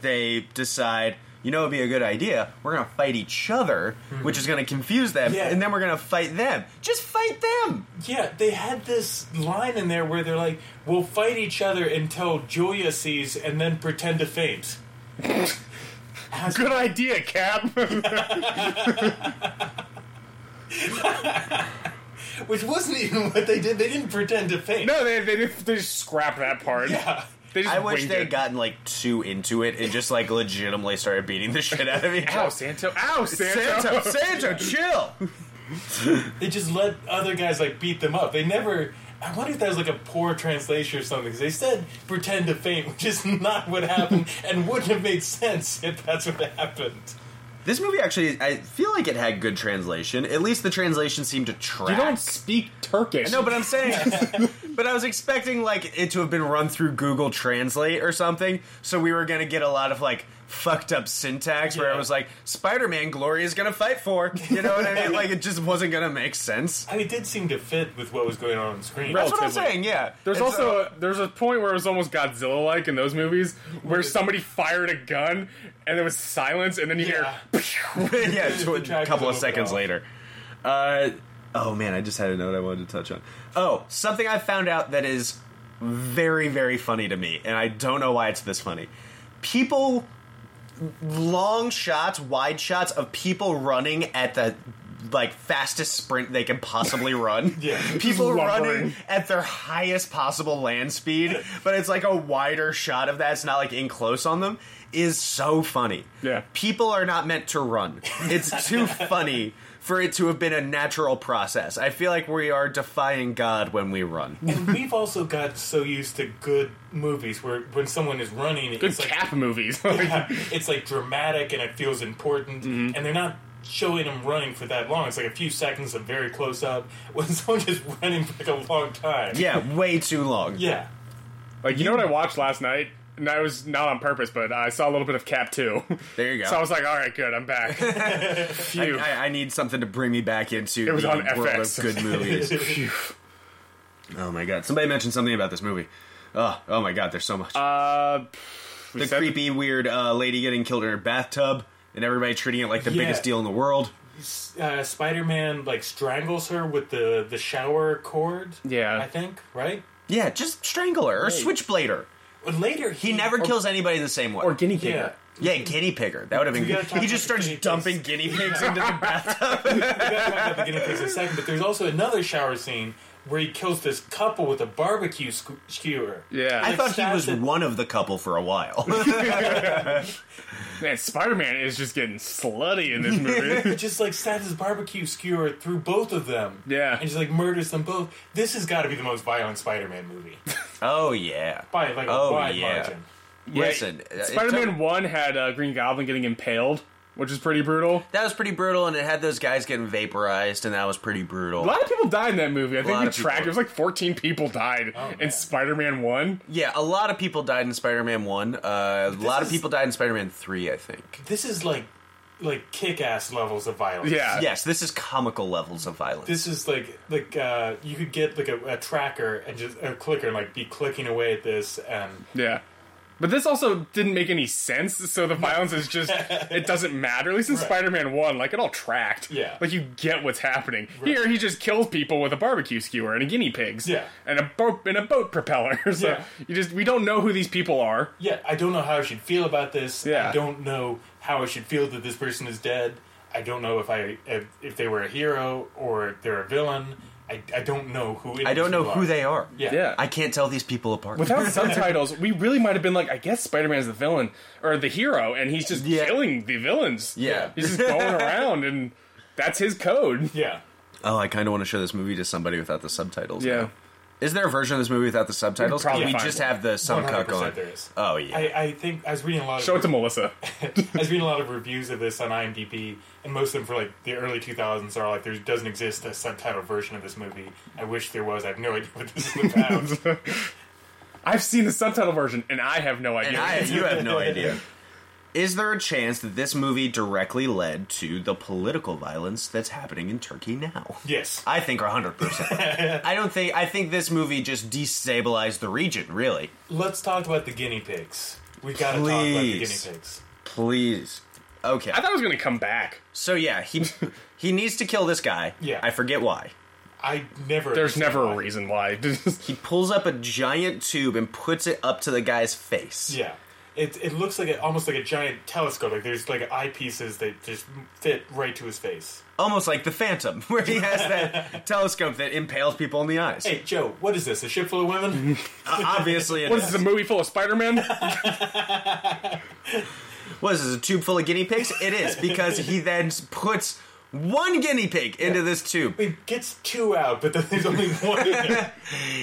Speaker 1: they decide. You know, it'd be a good idea. We're gonna fight each other,
Speaker 3: Mm-hmm.
Speaker 1: which is gonna confuse them,
Speaker 2: Yeah.
Speaker 1: and then we're gonna fight them. Just fight them.
Speaker 2: Yeah, they had this line in there where they're like, "We'll fight each other until Julia sees, and then pretend to faint."
Speaker 3: Good idea, Cap.
Speaker 2: Which wasn't even what they did. They didn't pretend to faint.
Speaker 3: no, they, they just- they just scrap that part.
Speaker 2: Yeah.
Speaker 3: They just
Speaker 1: I wish
Speaker 3: winged
Speaker 1: they
Speaker 3: it.
Speaker 1: had gotten like too into it and just like legitimately started beating the shit out of each
Speaker 3: Ow,
Speaker 1: other.
Speaker 3: Santo! Ow, Santo!
Speaker 1: Santo, Santo, chill.
Speaker 2: They just let other guys like beat them up. They never. I wonder if that was like a poor translation or something. 'cause they said pretend to faint, which is not what happened, and wouldn't have made sense if that's what happened.
Speaker 1: This movie actually, I feel like it had good translation. At least the translation seemed to track.
Speaker 3: You don't speak Turkish.
Speaker 1: No, but I'm saying, but I was expecting like it to have been run through Google Translate or something, so we were gonna get a lot of like fucked up syntax where it
Speaker 2: Yeah.
Speaker 1: was like Spider-Man glory is gonna fight for. You know what I mean? Like it just wasn't gonna make sense.
Speaker 2: I mean, it did seem to fit with what was going on on screen.
Speaker 1: That's what I'm
Speaker 3: Relatively.
Speaker 1: saying. Yeah.
Speaker 3: There's
Speaker 1: And
Speaker 3: also a, there's a point where it was almost Godzilla-like in those movies where somebody fired a gun and there was silence and then you
Speaker 2: Yeah.
Speaker 3: hear
Speaker 1: yeah,
Speaker 2: Just
Speaker 1: tw-
Speaker 2: the track
Speaker 1: a couple
Speaker 2: is
Speaker 1: of seconds
Speaker 2: overall.
Speaker 1: later. Uh, oh man, I just had a note I wanted to touch on. Oh, something I found out that is very, very funny to me, and I don't know why it's this funny. People, long shots, wide shots of people running at the like fastest sprint they can possibly run.
Speaker 2: Yeah.
Speaker 1: people
Speaker 3: lumbering.
Speaker 1: running at their highest possible land speed, but it's like a wider shot of that. It's not like in close on them. Is so funny.
Speaker 3: Yeah.
Speaker 1: People are not meant to run. It's too funny for it to have been a natural process. I feel like we are defying God when we run.
Speaker 2: And we've also got so used to good movies where when someone is running,
Speaker 3: good
Speaker 2: it's like
Speaker 3: cap movies.
Speaker 2: it's like dramatic and it feels important, and they're not showing them running for that long. It's like a few seconds of very close up when someone just running for like a long time.
Speaker 1: Yeah, way too long.
Speaker 2: yeah.
Speaker 3: Like you know what I watched last night, and I was not on purpose, but I saw a little bit of Cap Two.
Speaker 1: There you go.
Speaker 3: So I was like, all right, good, I'm back.
Speaker 1: I,
Speaker 3: Phew.
Speaker 1: I, I need something to bring me back into
Speaker 3: It was
Speaker 1: the
Speaker 3: on
Speaker 1: world
Speaker 3: FX.
Speaker 1: of good movies. oh my god! Somebody mentioned something about this movie. Oh, oh my god! There's so much.
Speaker 3: uh, we
Speaker 1: the
Speaker 3: said-
Speaker 1: creepy, weird uh, lady getting killed in her bathtub, and everybody treating it like the
Speaker 2: Yeah.
Speaker 1: biggest deal in the world.
Speaker 2: uh, Spider-Man like strangles her with the the shower cord.
Speaker 3: Yeah.
Speaker 2: I think right.
Speaker 1: Yeah, just strangle her or switchblade her.
Speaker 2: But later he,
Speaker 1: He never kills anybody the same way.
Speaker 3: or guinea pig.
Speaker 2: Yeah,
Speaker 1: yeah, guinea pigger. That would have been
Speaker 2: We
Speaker 1: good.
Speaker 2: gotta talk
Speaker 1: He just
Speaker 2: about
Speaker 1: starts
Speaker 2: guinea pigs.
Speaker 1: dumping guinea pigs into the bathtub.
Speaker 2: we gotta talk about the guinea pigs in a second. But there's also another shower scene where he kills this couple with a barbecue sque- skewer.
Speaker 3: Yeah.
Speaker 1: I thought he was
Speaker 2: Assassin.
Speaker 1: one of the couple for a while.
Speaker 3: Man, Spider Man is just getting slutty in this movie.
Speaker 2: He just like stabs his barbecue skewer through both of them.
Speaker 3: Yeah.
Speaker 2: and just like murders them both. This has got to be the most violent Spider-Man movie
Speaker 1: oh yeah.
Speaker 2: by like a
Speaker 1: Oh,
Speaker 2: wide
Speaker 1: yeah.
Speaker 2: margin.
Speaker 1: Listen, uh, it
Speaker 3: Spider Man
Speaker 1: took-
Speaker 3: One had uh, Green Goblin getting impaled. which is pretty brutal.
Speaker 1: That was pretty brutal, and it had those guys getting vaporized, and that was pretty brutal.
Speaker 3: A lot of people died in that movie. I think
Speaker 1: lot
Speaker 3: we
Speaker 1: of
Speaker 3: tracked.
Speaker 1: people. Oh,
Speaker 3: It was like 14 people died in
Speaker 2: man.
Speaker 3: Spider-Man One.
Speaker 1: Yeah, a lot of people died in Spider-Man One. Uh, a lot of
Speaker 2: is-
Speaker 1: people died in Spider-Man Three, I think.
Speaker 2: This is like like kick ass levels of violence.
Speaker 3: Yeah,
Speaker 1: Yes, this is comical levels of violence.
Speaker 2: This is like like uh, you could get like a, a tracker and just a clicker and like be clicking away at this and
Speaker 3: yeah. But this also didn't make any sense. So the violence is just it doesn't matter. At least in
Speaker 2: Right.
Speaker 3: Spider-Man One, like it all tracked.
Speaker 2: Yeah.
Speaker 3: like you get what's happening. Here, he just kills people with a barbecue skewer and a guinea pigs.
Speaker 2: Yeah.
Speaker 3: and a boat and a boat propeller. so
Speaker 2: Yeah.
Speaker 3: you just we don't know who these people are.
Speaker 2: yeah, I don't know how I should feel about this.
Speaker 3: Yeah.
Speaker 2: I don't know how I should feel that this person is dead. I don't know if I if, if they were a hero or if they're a villain. I, I don't know who. any
Speaker 1: I don't know
Speaker 2: people
Speaker 1: who
Speaker 2: are.
Speaker 1: they are.
Speaker 2: Yeah.
Speaker 3: Yeah.
Speaker 1: I can't tell these people apart.
Speaker 3: Without subtitles, we really might have been like, I guess Spider Man's the villain or the hero, and he's just
Speaker 1: Yeah.
Speaker 3: killing the villains.
Speaker 1: Yeah.
Speaker 3: He's just going around, and that's his code.
Speaker 2: Yeah.
Speaker 1: oh, I kind of want to show this movie to somebody without the subtitles.
Speaker 3: Yeah.
Speaker 1: Is there a version of this movie without the subtitles? 'Cause
Speaker 3: probably
Speaker 1: we
Speaker 3: find
Speaker 1: just
Speaker 3: one.
Speaker 1: have the some cuck
Speaker 2: 100%
Speaker 1: on.
Speaker 2: there is.
Speaker 1: Oh yeah.
Speaker 2: I, I think I was reading a lot. Of,
Speaker 3: Show it to Melissa.
Speaker 2: I was reading a lot of reviews of this on IMDb, and most of them for like the early 2000s are like there doesn't exist a subtitle version of this movie. I wish there was. I have no idea what this is about.
Speaker 3: I've seen the subtitle version, and I have no idea.
Speaker 1: and I, you have no idea. Is there a chance that this movie directly led to the political violence that's happening in Turkey now?
Speaker 2: yes,
Speaker 1: I think 100%. I don't think I think this movie just destabilized the region, really.
Speaker 2: let's talk about the guinea pigs. We got to talk about the guinea
Speaker 1: Please.
Speaker 2: pigs.
Speaker 1: Please. Okay.
Speaker 3: I thought it was going to come back.
Speaker 1: So yeah, he he needs to kill this guy.
Speaker 2: Yeah.
Speaker 1: I forget why.
Speaker 2: I never.
Speaker 3: There's
Speaker 2: understood
Speaker 3: never
Speaker 2: why.
Speaker 3: a reason why.
Speaker 1: He pulls up a giant tube and puts it up to the guy's face.
Speaker 2: Yeah, it it looks like a, almost like a giant telescope. Like there's like eyepieces that just fit right to his face.
Speaker 1: Almost like the Phantom, where he has that telescope that impales people in the eyes.
Speaker 2: Hey Joe, what is this? A ship full of women?
Speaker 1: Uh, obviously, it
Speaker 3: What is this, a movie full of Spider Man?
Speaker 1: what is this, a tube full of guinea pigs? It is, because he then puts one guinea pig into this tube.
Speaker 2: He gets two out, but then there's only one. in there.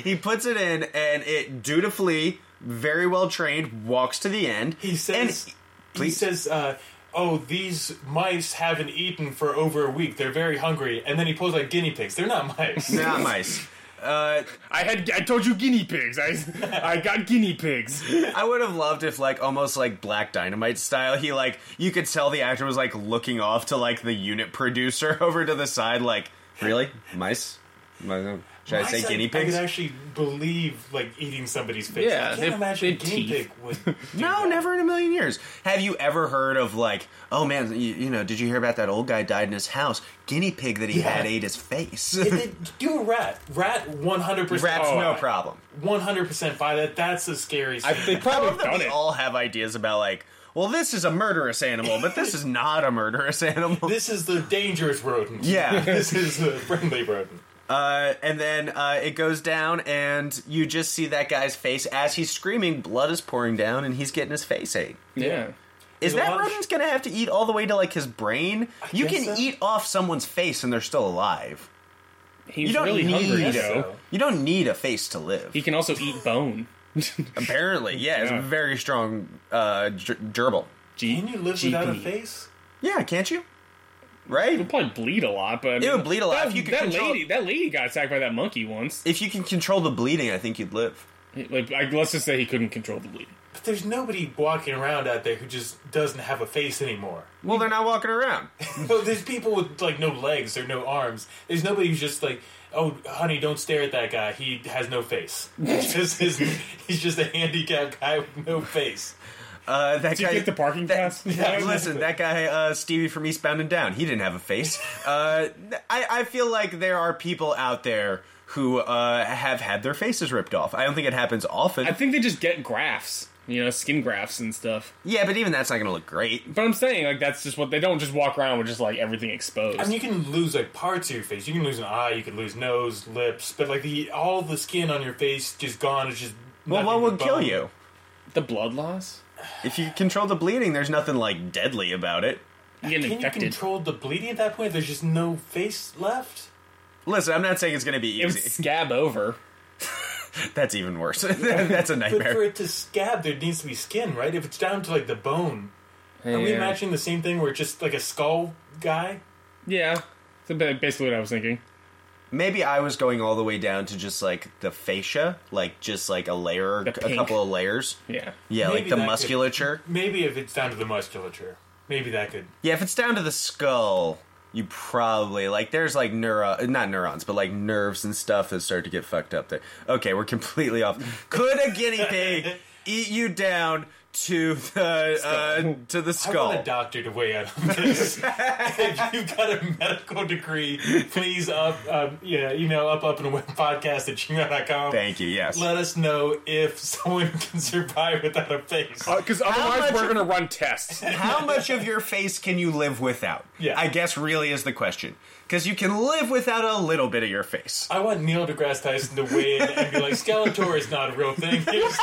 Speaker 1: He puts it in, and it dutifully, very well trained, walks to the end.
Speaker 2: He says, he
Speaker 1: and, please.
Speaker 2: says, uh, oh, these mice haven't eaten for over a week. They're very hungry. And then he pulls out guinea pigs. They're not mice.
Speaker 1: They're not mice. Uh,
Speaker 3: I had I told you guinea pigs. I I got guinea pigs.
Speaker 1: I would have loved if, like, almost like Black Dynamite style, he, like, you could tell the actor was, like, looking off to, like, the unit producer over to the side, like, really? Mice? Mice- Should I
Speaker 2: Mice,
Speaker 1: say guinea
Speaker 2: I
Speaker 1: pigs?
Speaker 2: could actually believe, like, eating somebody's face.
Speaker 3: Yeah,
Speaker 2: I can't
Speaker 3: they've-
Speaker 2: imagine a
Speaker 3: they've
Speaker 2: guinea
Speaker 3: teeth.
Speaker 2: pig would. do
Speaker 1: No,
Speaker 2: that.
Speaker 1: never in a million years. Have you ever heard of like, oh man, you, you know, did you hear about that old guy died in his house? Guinea pig that he
Speaker 2: Yeah.
Speaker 1: had ate his face.
Speaker 2: If it- do a rat. Rat 100%.
Speaker 1: Rats,
Speaker 3: Oh,
Speaker 1: no
Speaker 3: I-
Speaker 1: problem.
Speaker 2: 100% by that. That's a scary scene.
Speaker 3: They probably have
Speaker 1: That
Speaker 3: done
Speaker 1: we
Speaker 3: it.
Speaker 1: all have ideas about like, well, this is a murderous animal, but this is not a murderous animal.
Speaker 2: this is the dangerous rodent.
Speaker 1: yeah.
Speaker 2: This is the friendly rodent.
Speaker 1: Uh, and then uh, it goes down, and you just see that guy's face as he's screaming. Blood is pouring down, and he's getting his face ate.
Speaker 3: yeah.
Speaker 1: Is
Speaker 2: There's a
Speaker 1: that
Speaker 2: lot of-
Speaker 1: rodent's gonna have to eat all the way to like his brain? you
Speaker 2: guess
Speaker 1: can
Speaker 2: so.
Speaker 1: eat off someone's face, and they're still alive.
Speaker 3: He's
Speaker 1: You don't
Speaker 3: really hungry
Speaker 1: need-
Speaker 3: though.
Speaker 2: So,
Speaker 1: You don't need a face to live.
Speaker 3: He can also eat bone.
Speaker 1: Apparently, yeah, it's
Speaker 3: Yeah.
Speaker 1: a very strong uh, ger- gerbil.
Speaker 3: G-
Speaker 2: can you live without a
Speaker 3: GP.
Speaker 2: face?
Speaker 1: Yeah, can't you?
Speaker 3: would
Speaker 1: Right?
Speaker 3: probably bleed a lot, but I mean,
Speaker 1: would bleed a lot
Speaker 3: That,
Speaker 1: if you could
Speaker 3: that
Speaker 1: control-
Speaker 3: lady, that lady got attacked by that monkey once.
Speaker 1: If you can control the bleeding, I think you'd live.
Speaker 3: Like, I, let's just say he couldn't control the bleeding.
Speaker 2: But there's nobody walking around out there who just doesn't have a face anymore.
Speaker 1: Well, they're not walking around.
Speaker 2: No, there's people with like no legs or no arms. There's nobody who's just like, oh, honey, don't stare at that guy. He has no face. He's just, his, he's just a handicapped guy with no face.
Speaker 1: Uh, that
Speaker 3: Did
Speaker 1: guy.
Speaker 3: you get the parking
Speaker 1: that-
Speaker 3: pass?
Speaker 1: that- listen, that guy uh, Stevie from Eastbound and Down, he didn't have a face. Uh, I, I feel like there are people out there who uh, have had their faces ripped off. I don't think it happens often.
Speaker 3: I think they just get grafts, you know, skin grafts and stuff.
Speaker 1: yeah, but even that's not going to look great.
Speaker 3: But I'm saying, like, that's just what they don't just walk around with just like everything exposed.
Speaker 2: I mean, you can lose like parts of your face. You can lose an eye. You can lose nose, lips, but like the all the skin on your face just gone. It's just
Speaker 1: Well,
Speaker 2: nothing
Speaker 1: what
Speaker 2: but
Speaker 1: would kill
Speaker 2: bone.
Speaker 1: you?
Speaker 3: the blood loss,
Speaker 1: If you control the bleeding, there's nothing like deadly about it.
Speaker 3: you getting
Speaker 2: Can you
Speaker 3: infected.
Speaker 2: control the bleeding at that point? There's just no face left.
Speaker 1: Listen, I'm not saying it's going to be
Speaker 3: it
Speaker 1: easy.
Speaker 3: would scab over.
Speaker 1: That's even worse. That's a
Speaker 2: But for
Speaker 1: nightmare.
Speaker 2: it to scab, there needs to be skin, right? If it's down to like the bone, Are we
Speaker 3: Yeah.
Speaker 2: matching the same thing where it's just like a skull guy?
Speaker 3: Yeah, that's ba- basically what I was thinking.
Speaker 1: Maybe I was going all the way down to just like the fascia, like just like a layer, a
Speaker 3: pink.
Speaker 1: couple of layers.
Speaker 3: Yeah,
Speaker 1: Yeah,
Speaker 2: Maybe
Speaker 1: like
Speaker 2: that
Speaker 1: the
Speaker 2: could-
Speaker 1: musculature.
Speaker 2: Maybe if it's down to the musculature. Maybe that could.
Speaker 1: Yeah, if it's down to the skull, you probably like there's like neuro not neurons, but like nerves and stuff that start to get fucked up there. Okay, we're completely off. Could a guinea pig eat you down to the uh, to the
Speaker 2: I want
Speaker 1: skull?
Speaker 2: a doctor to weigh in on this. if you've got a medical degree, please up, um, yeah, email up up and away podcast at gmail.com.
Speaker 1: Thank you. Yes.
Speaker 2: Let us know if someone can survive without a face.
Speaker 3: because Uh, otherwise
Speaker 1: much-
Speaker 3: we're gonna run tests.
Speaker 1: How much of your face can you live without?
Speaker 2: Yeah.
Speaker 1: I guess really is the question. Because you can live without a little bit of your face.
Speaker 2: I want Neil deGrasse Tyson to weigh in and be like, Skeletor is not a real thing. Here's,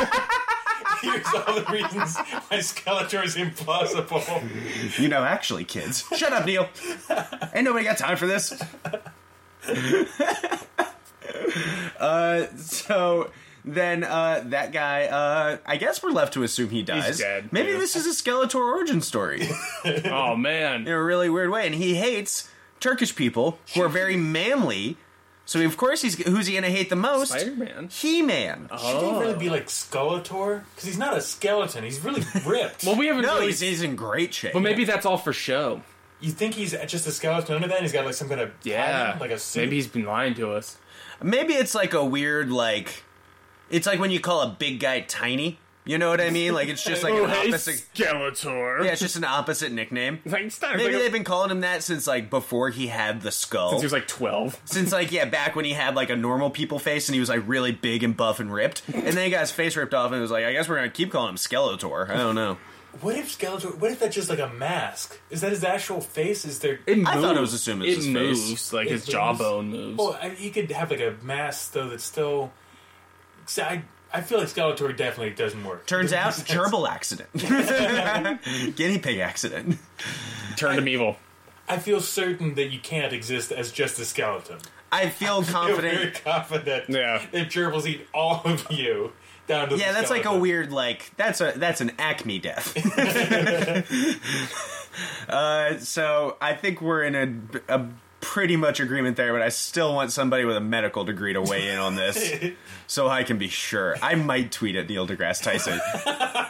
Speaker 2: here's all the reasons why Skeletor is implausible.
Speaker 1: You know, actually, kids. Shut up, Neil. Ain't nobody got time for this. uh, so then uh, that guy, uh, I guess we're left to assume he dies.
Speaker 3: dead,
Speaker 1: Maybe
Speaker 3: yeah.
Speaker 1: this is a Skeletor origin story in
Speaker 3: oh man,
Speaker 1: a really weird way, and he hates Turkish people who are very manly. So of course he's who's he gonna hate the most?
Speaker 3: Spider-Man.
Speaker 1: He-Man.
Speaker 3: Oh.
Speaker 2: Should he really be like Skeletor? Because he's not a skeleton. He's really ripped.
Speaker 3: Well, we haven't
Speaker 1: No,
Speaker 3: really.
Speaker 1: he's, he's in great shape.
Speaker 3: but maybe that's all for show.
Speaker 2: you think he's just a skeleton under that? And he's got like some kind of
Speaker 3: Yeah,
Speaker 2: pattern, like a suit.
Speaker 3: maybe he's been lying to us.
Speaker 1: Maybe it's like a weird like it's like when you call a big guy tiny. You know what I mean? Like it's just like
Speaker 3: Oh,
Speaker 1: an opposite
Speaker 3: Skeletor.
Speaker 1: Yeah, it's just an opposite nickname.
Speaker 3: like, it's not,
Speaker 1: Maybe
Speaker 3: like a-
Speaker 1: they've been calling him that since like before he had the skull.
Speaker 3: since he was like twelve.
Speaker 1: Since like yeah, back when he had like a normal people face and he was like really big and buff and ripped. And then he got his face ripped off and it was like, I guess we're gonna keep calling him Skeletor. I don't know.
Speaker 2: What if Skeletor? What if that's just like a mask? Is that his actual face? Is there?
Speaker 3: It
Speaker 1: I thought it was
Speaker 3: moves.
Speaker 1: assumed it was
Speaker 3: it
Speaker 1: his face.
Speaker 3: moves Oh. like
Speaker 2: It
Speaker 3: his
Speaker 2: moves.
Speaker 3: jawbone moves.
Speaker 2: well, I, he could have like a mask though that's still. 'cause I I feel like Skeletor definitely doesn't work.
Speaker 1: Turns out gerbil accident. Guinea pig accident.
Speaker 3: Turned him evil.
Speaker 2: I feel certain that you can't exist as just a skeleton.
Speaker 1: I feel
Speaker 2: I feel very
Speaker 1: confident.
Speaker 2: confident.
Speaker 3: Yeah.
Speaker 2: That gerbils eat all of you down to the
Speaker 1: Yeah, that's like a
Speaker 2: skeleton.
Speaker 1: weird like that's a that's an acme death. uh, so I think we're in a, a pretty much agreement there, but I still want somebody with a medical degree to weigh in on this, so I can be sure. I might tweet at Neil deGrasse Tyson.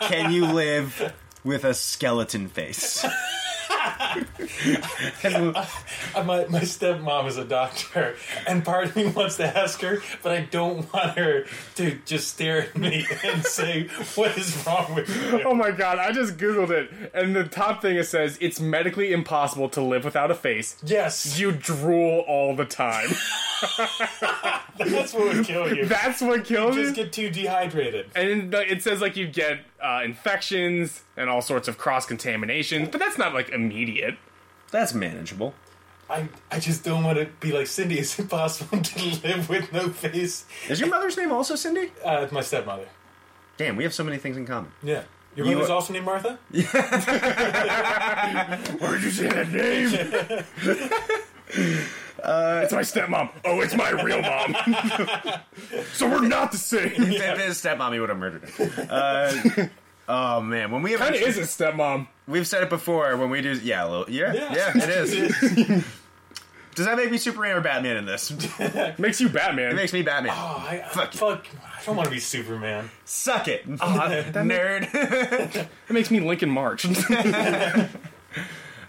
Speaker 1: can you live with a skeleton face?
Speaker 2: Uh, My, my stepmom is a doctor, and part of me wants to ask her, but I don't want her to just stare at me and say, What is wrong with you?
Speaker 3: Oh my god, I just googled it, and the top thing it says it's medically impossible to live without a face.
Speaker 2: Yes,
Speaker 3: You drool all the time.
Speaker 2: that's what would kill you.
Speaker 3: That's what kills
Speaker 2: Just
Speaker 3: you.
Speaker 2: get too dehydrated.
Speaker 3: And the- it says like you get uh, infections and all sorts of cross contaminations, but that's not like immediate.
Speaker 1: That's manageable.
Speaker 2: I, I just don't want to be like Cindy. Is it possible to live with no face?
Speaker 1: Is your mother's name also Cindy?
Speaker 2: Uh, it's my stepmother.
Speaker 1: Damn, we have so many things in common.
Speaker 2: Yeah. Your
Speaker 1: You-
Speaker 2: mother's also named Martha?
Speaker 3: Where'd you say that name? Uh, it's my stepmom. Oh, it's my real mom. so we're not the same.
Speaker 1: If his stepmommy would have murdered him. Uh, oh man, when we have
Speaker 3: Kinda is a stepmom.
Speaker 1: We've said it before when we do. Yeah, a little, yeah, yeah,
Speaker 2: Yeah.
Speaker 1: it is. Does that make me Superman or Batman in this? It
Speaker 3: Makes you Batman.
Speaker 1: makes me Batman.
Speaker 2: Oh, I, I-
Speaker 1: Fuck
Speaker 2: fuck,
Speaker 1: you.
Speaker 2: I don't want to be Superman.
Speaker 1: Suck it,
Speaker 3: Uh, that, ma-
Speaker 1: nerd.
Speaker 3: that makes me Lincoln March.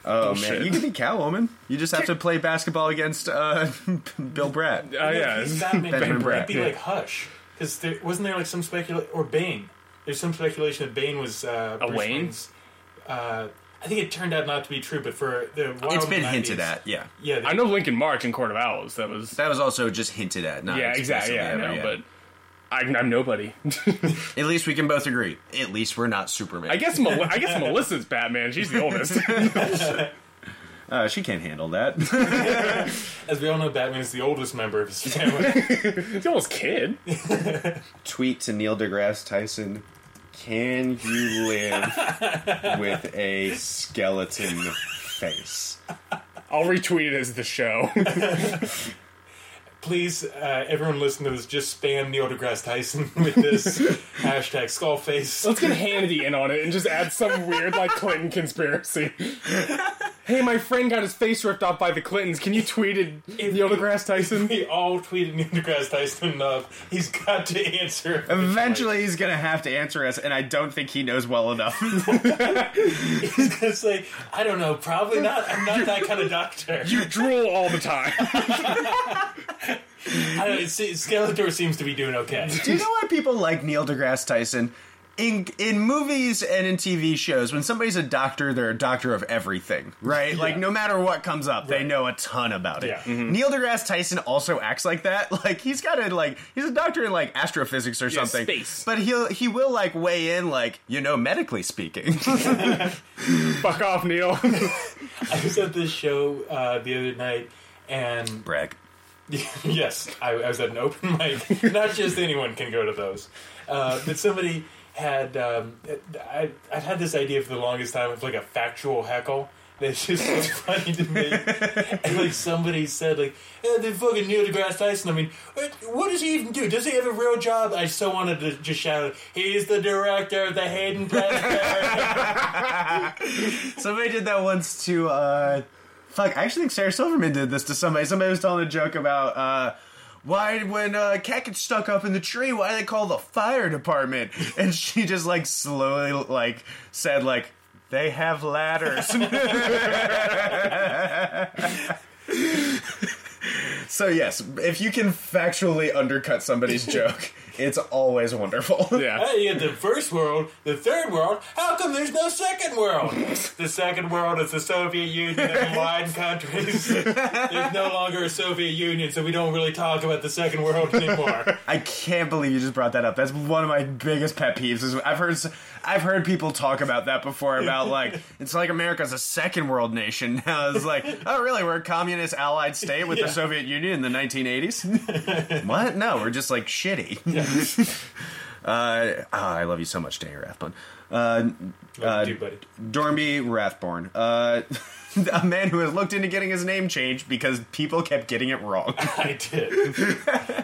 Speaker 1: Oh man, you can be Catwoman. You just have to play basketball against uh, Bill Bratt.
Speaker 3: Oh
Speaker 2: yeah,
Speaker 3: yeah,
Speaker 2: he's
Speaker 3: it's-
Speaker 2: Batman.
Speaker 1: Benjamin
Speaker 2: Benjamin
Speaker 1: Bratt,
Speaker 2: It'd be
Speaker 3: yeah.
Speaker 2: like Hush, because there wasn't there like some speculation or Bane. There's some speculation that Bane was uh, Bruce
Speaker 3: Wayne?
Speaker 2: Wayne's, uh, I think it turned out not to be true, but for the wild
Speaker 3: Oh,
Speaker 1: It's been
Speaker 2: 90s,
Speaker 1: hinted at. Yeah,
Speaker 2: Yeah, they,
Speaker 3: I know Lincoln March in Court of Owls. That was
Speaker 1: that was also just hinted at. Not
Speaker 3: yeah,
Speaker 1: explicitly
Speaker 3: exactly. Yeah, I
Speaker 1: ever,
Speaker 3: know,
Speaker 1: yeah.
Speaker 3: but I, I'm nobody.
Speaker 1: at least we can both agree. At least we're not Superman.
Speaker 3: I guess Mel- I guess Melissa's Batman. She's the oldest.
Speaker 1: uh, she can't handle that.
Speaker 2: as we all know, Batman is the oldest member of his family.
Speaker 3: the oldest kid.
Speaker 1: tweet to Neil deGrasse Tyson. Can you live with a skeleton face?
Speaker 3: I'll retweet it as the show.
Speaker 2: please, uh, everyone listening to this, just spam Neil deGrasse Tyson with this hashtag Skullface.
Speaker 3: Let's get Hannity in on it and just add some weird like Clinton conspiracy. hey, my friend got his face ripped off by the Clintons. Can you tweet it, Neil deGrasse Tyson?
Speaker 2: We all tweeted Neil deGrasse Tyson enough. He's got to answer.
Speaker 1: Eventually, he's gonna have to answer us, and I don't think he knows well enough.
Speaker 2: He's going to say, I don't know, probably not. I'm not that kind of doctor.
Speaker 3: You drool all the time.
Speaker 2: I don't, it's, Skeletor seems to be doing okay.
Speaker 1: Do you know why people like Neil deGrasse Tyson? In, in movies and in TV shows, when somebody's a doctor, they're a doctor of everything, right? Like, no matter what comes up, they know a ton about it.
Speaker 2: Yeah.
Speaker 1: Neil deGrasse Tyson also acts like that. Like, he's got to, like, he's a doctor in, like, astrophysics or something.
Speaker 3: space.
Speaker 1: But he'll, he will, like, weigh in, like, you know, medically speaking.
Speaker 3: Fuck off, Neil.
Speaker 2: I was at this show uh, the other night, and
Speaker 1: Brag.
Speaker 2: yes, I, I was at an open mic. Not just anyone can go to those, uh, but somebody had. Um, I, I've had this idea for the longest time of like a factual heckle. That's just so funny to me. And like somebody said, like eh, the fucking Neil deGrasse Tyson. I mean, what, what does he even do? Does he have a real job? I so wanted to just shout, "He's the director of the Hayden Panettiere."
Speaker 1: Somebody did that once to uh fuck, I actually think Sarah Silverman did this to somebody. Somebody was telling a joke about uh why when uh cat gets stuck up in the tree, why do they call the fire department? And she just like slowly like said like they have ladders. so yes, if you can factually undercut somebody's joke, it's always wonderful.
Speaker 3: yeah.
Speaker 2: Hey, you had the first world, the third world. How come there's no second world? the second world is the Soviet Union and wine countries. There's no longer a Soviet Union, so we don't really talk about the second world anymore.
Speaker 1: I can't believe you just brought that up. That's one of my biggest pet peeves. Is I've heard I've heard people talk about that before about like it's like America's a second world nation now. It's like oh really we're a communist allied state with
Speaker 2: Yeah.
Speaker 1: the Soviet Union in the 1980s. what? No, we're just like shitty. uh, ah, I love you so much, Danny Rathbun. Uh,
Speaker 2: Love you, buddy.
Speaker 1: Dormy Rathborn, uh, a man who has looked into getting his name changed because people kept getting it wrong.
Speaker 2: I did.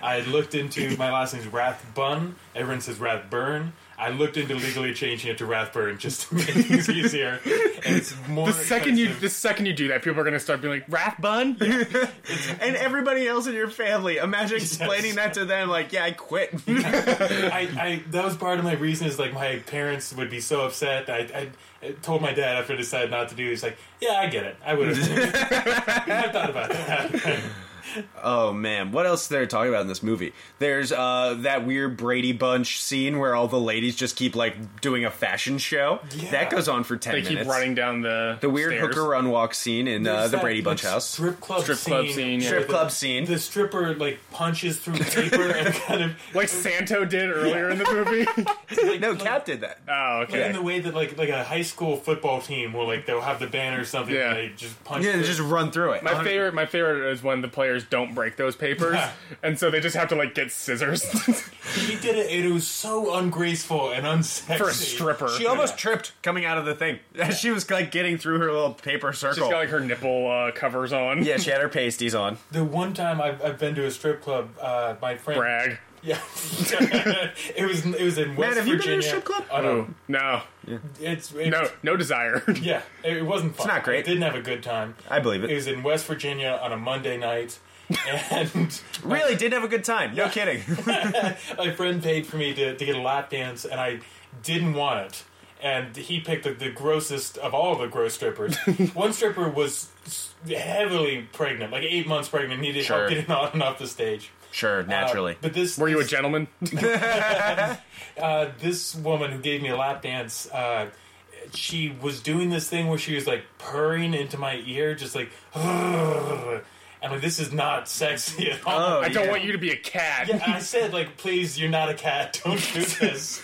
Speaker 2: I looked into my last name's Rathbun. Everyone says Rathburn. I looked into legally changing it to Rathburn just to make things easier. And it's more
Speaker 3: The second you
Speaker 2: expensive.
Speaker 3: the second you do that, people are gonna start being like, Rath Bun?
Speaker 1: and everybody else in your family. Imagine explaining that to them, like, yeah, I quit.
Speaker 2: I, I that was part of my reason is like my parents would be so upset. I, I, I told my dad after I decided not to do. it, He's like, "Yeah, I get it. I would have. I thought about that."
Speaker 1: oh man, what else they're talking about in this movie? There's uh, that weird Brady Bunch scene where all the ladies just keep like doing a fashion show.
Speaker 2: Yeah.
Speaker 1: That goes on for ten
Speaker 3: They
Speaker 1: minutes.
Speaker 3: keep running down the
Speaker 1: the weird
Speaker 3: stairs.
Speaker 1: hooker run walk scene in uh,
Speaker 2: There's
Speaker 1: the
Speaker 2: that,
Speaker 1: Brady Bunch
Speaker 2: like,
Speaker 1: house.
Speaker 2: strip club,
Speaker 3: Strip
Speaker 2: scene,
Speaker 3: club scene, yeah.
Speaker 2: where
Speaker 1: Strip
Speaker 2: the-
Speaker 1: club scene.
Speaker 2: The stripper like punches through paper and kind of
Speaker 3: Like Santo did earlier in the movie.
Speaker 2: like,
Speaker 1: no,
Speaker 2: like,
Speaker 1: Cap did that.
Speaker 3: oh,
Speaker 2: like
Speaker 3: okay.
Speaker 2: in the way that like like a high school football team will like they'll have the banner or something
Speaker 3: Yeah.
Speaker 2: and they just punch.
Speaker 1: Yeah,
Speaker 2: through.
Speaker 1: just run through it.
Speaker 3: My favorite, my favorite is when the players don't break those papers,
Speaker 2: Yeah.
Speaker 3: and so they just have to like get scissors.
Speaker 2: he did it. and It was so ungraceful and unsexy
Speaker 3: For a stripper.
Speaker 1: she almost tripped coming out of the thing. she was like getting through her little paper
Speaker 3: She's
Speaker 1: circle.
Speaker 3: got like her nipple uh, covers on.
Speaker 1: yeah, she had her pasties on.
Speaker 2: The one time I've, I've been to a strip club, uh, my friend
Speaker 3: brag.
Speaker 2: Yeah, it was it was in West
Speaker 1: have you been to
Speaker 2: Virginia.
Speaker 1: a strip club?
Speaker 2: Oh, no.
Speaker 3: Ooh, no,
Speaker 2: It's it,
Speaker 3: no, no desire.
Speaker 2: Yeah, it, it wasn't fun.
Speaker 1: not great.
Speaker 2: I didn't have a good time.
Speaker 1: I believe it.
Speaker 2: It was in West Virginia on a Monday night, and
Speaker 1: Really, did have a good time. No kidding.
Speaker 2: my friend paid for me to, to get a lap dance, and I didn't want it. And he picked the, the grossest of all the gross strippers. One stripper was s- heavily pregnant, like eight months pregnant, needed
Speaker 1: Sure.
Speaker 2: help getting on and off the stage.
Speaker 1: sure,
Speaker 2: Uh,
Speaker 1: naturally.
Speaker 2: but this
Speaker 3: Were you a
Speaker 2: this-
Speaker 3: gentleman?
Speaker 2: uh, this woman who gave me a lap dance, uh, she was doing this thing where she was like purring into my ear, just like, and like, this is not sexy at all.
Speaker 1: Oh,
Speaker 3: I don't
Speaker 1: yeah.
Speaker 3: want you to be a cat.
Speaker 2: Yeah, I said like, please, you're not a cat. Don't do this.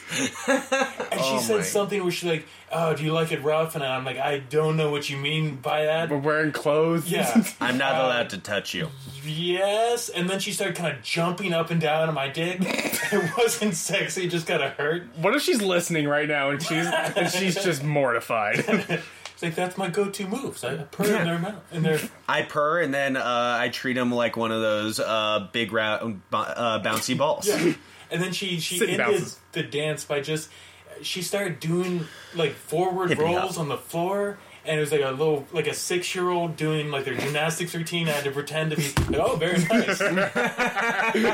Speaker 2: And she
Speaker 1: Oh,
Speaker 2: said
Speaker 1: my.
Speaker 2: something where she's like, "Oh, do you like it rough?" And I'm like, "I don't know what you mean by that."
Speaker 3: We're wearing clothes.
Speaker 2: Yeah.
Speaker 1: I'm not
Speaker 3: Uh,
Speaker 1: allowed to touch you.
Speaker 2: Yes, and then she started kind of jumping up and down on my dick. it wasn't sexy; it just kind of hurt.
Speaker 3: What if she's listening right now and she's and she's just mortified?
Speaker 2: It's like that's my go-to moves. I put it in their mouth, in their
Speaker 1: I purr and then uh, I treat him like one of those uh, big round bo- uh, bouncy balls.
Speaker 2: Yeah. And then she she
Speaker 3: Sitting
Speaker 2: ended
Speaker 3: bounces.
Speaker 2: the dance by just she started doing like forward
Speaker 1: Hippie
Speaker 2: rolls
Speaker 1: hop.
Speaker 2: on the floor. And it was like a little, like a six-year-old doing like their gymnastics routine. I had to pretend to be, like, oh, very nice.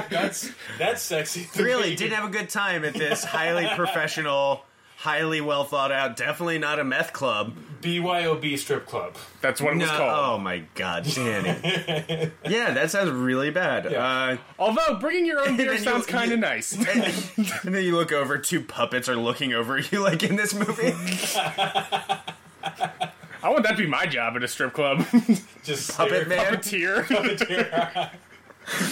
Speaker 2: that's that's sexy. to
Speaker 1: Really
Speaker 2: me.
Speaker 1: did have a good time at this highly professional, highly well thought out. Definitely not a meth club.
Speaker 2: BYOB strip club.
Speaker 3: That's what it was
Speaker 1: No,
Speaker 3: called.
Speaker 1: oh my god, Danny. yeah, that sounds really bad.
Speaker 2: Yeah.
Speaker 3: Although bringing your own beer
Speaker 1: then you-
Speaker 3: sounds kind
Speaker 1: you-
Speaker 3: of nice.
Speaker 1: Uh, and then you look over, two puppets are looking over you like in this movie.
Speaker 3: I want that to be my job at a strip club.
Speaker 2: Just stare-
Speaker 1: Puppet man,
Speaker 3: Puppeteer.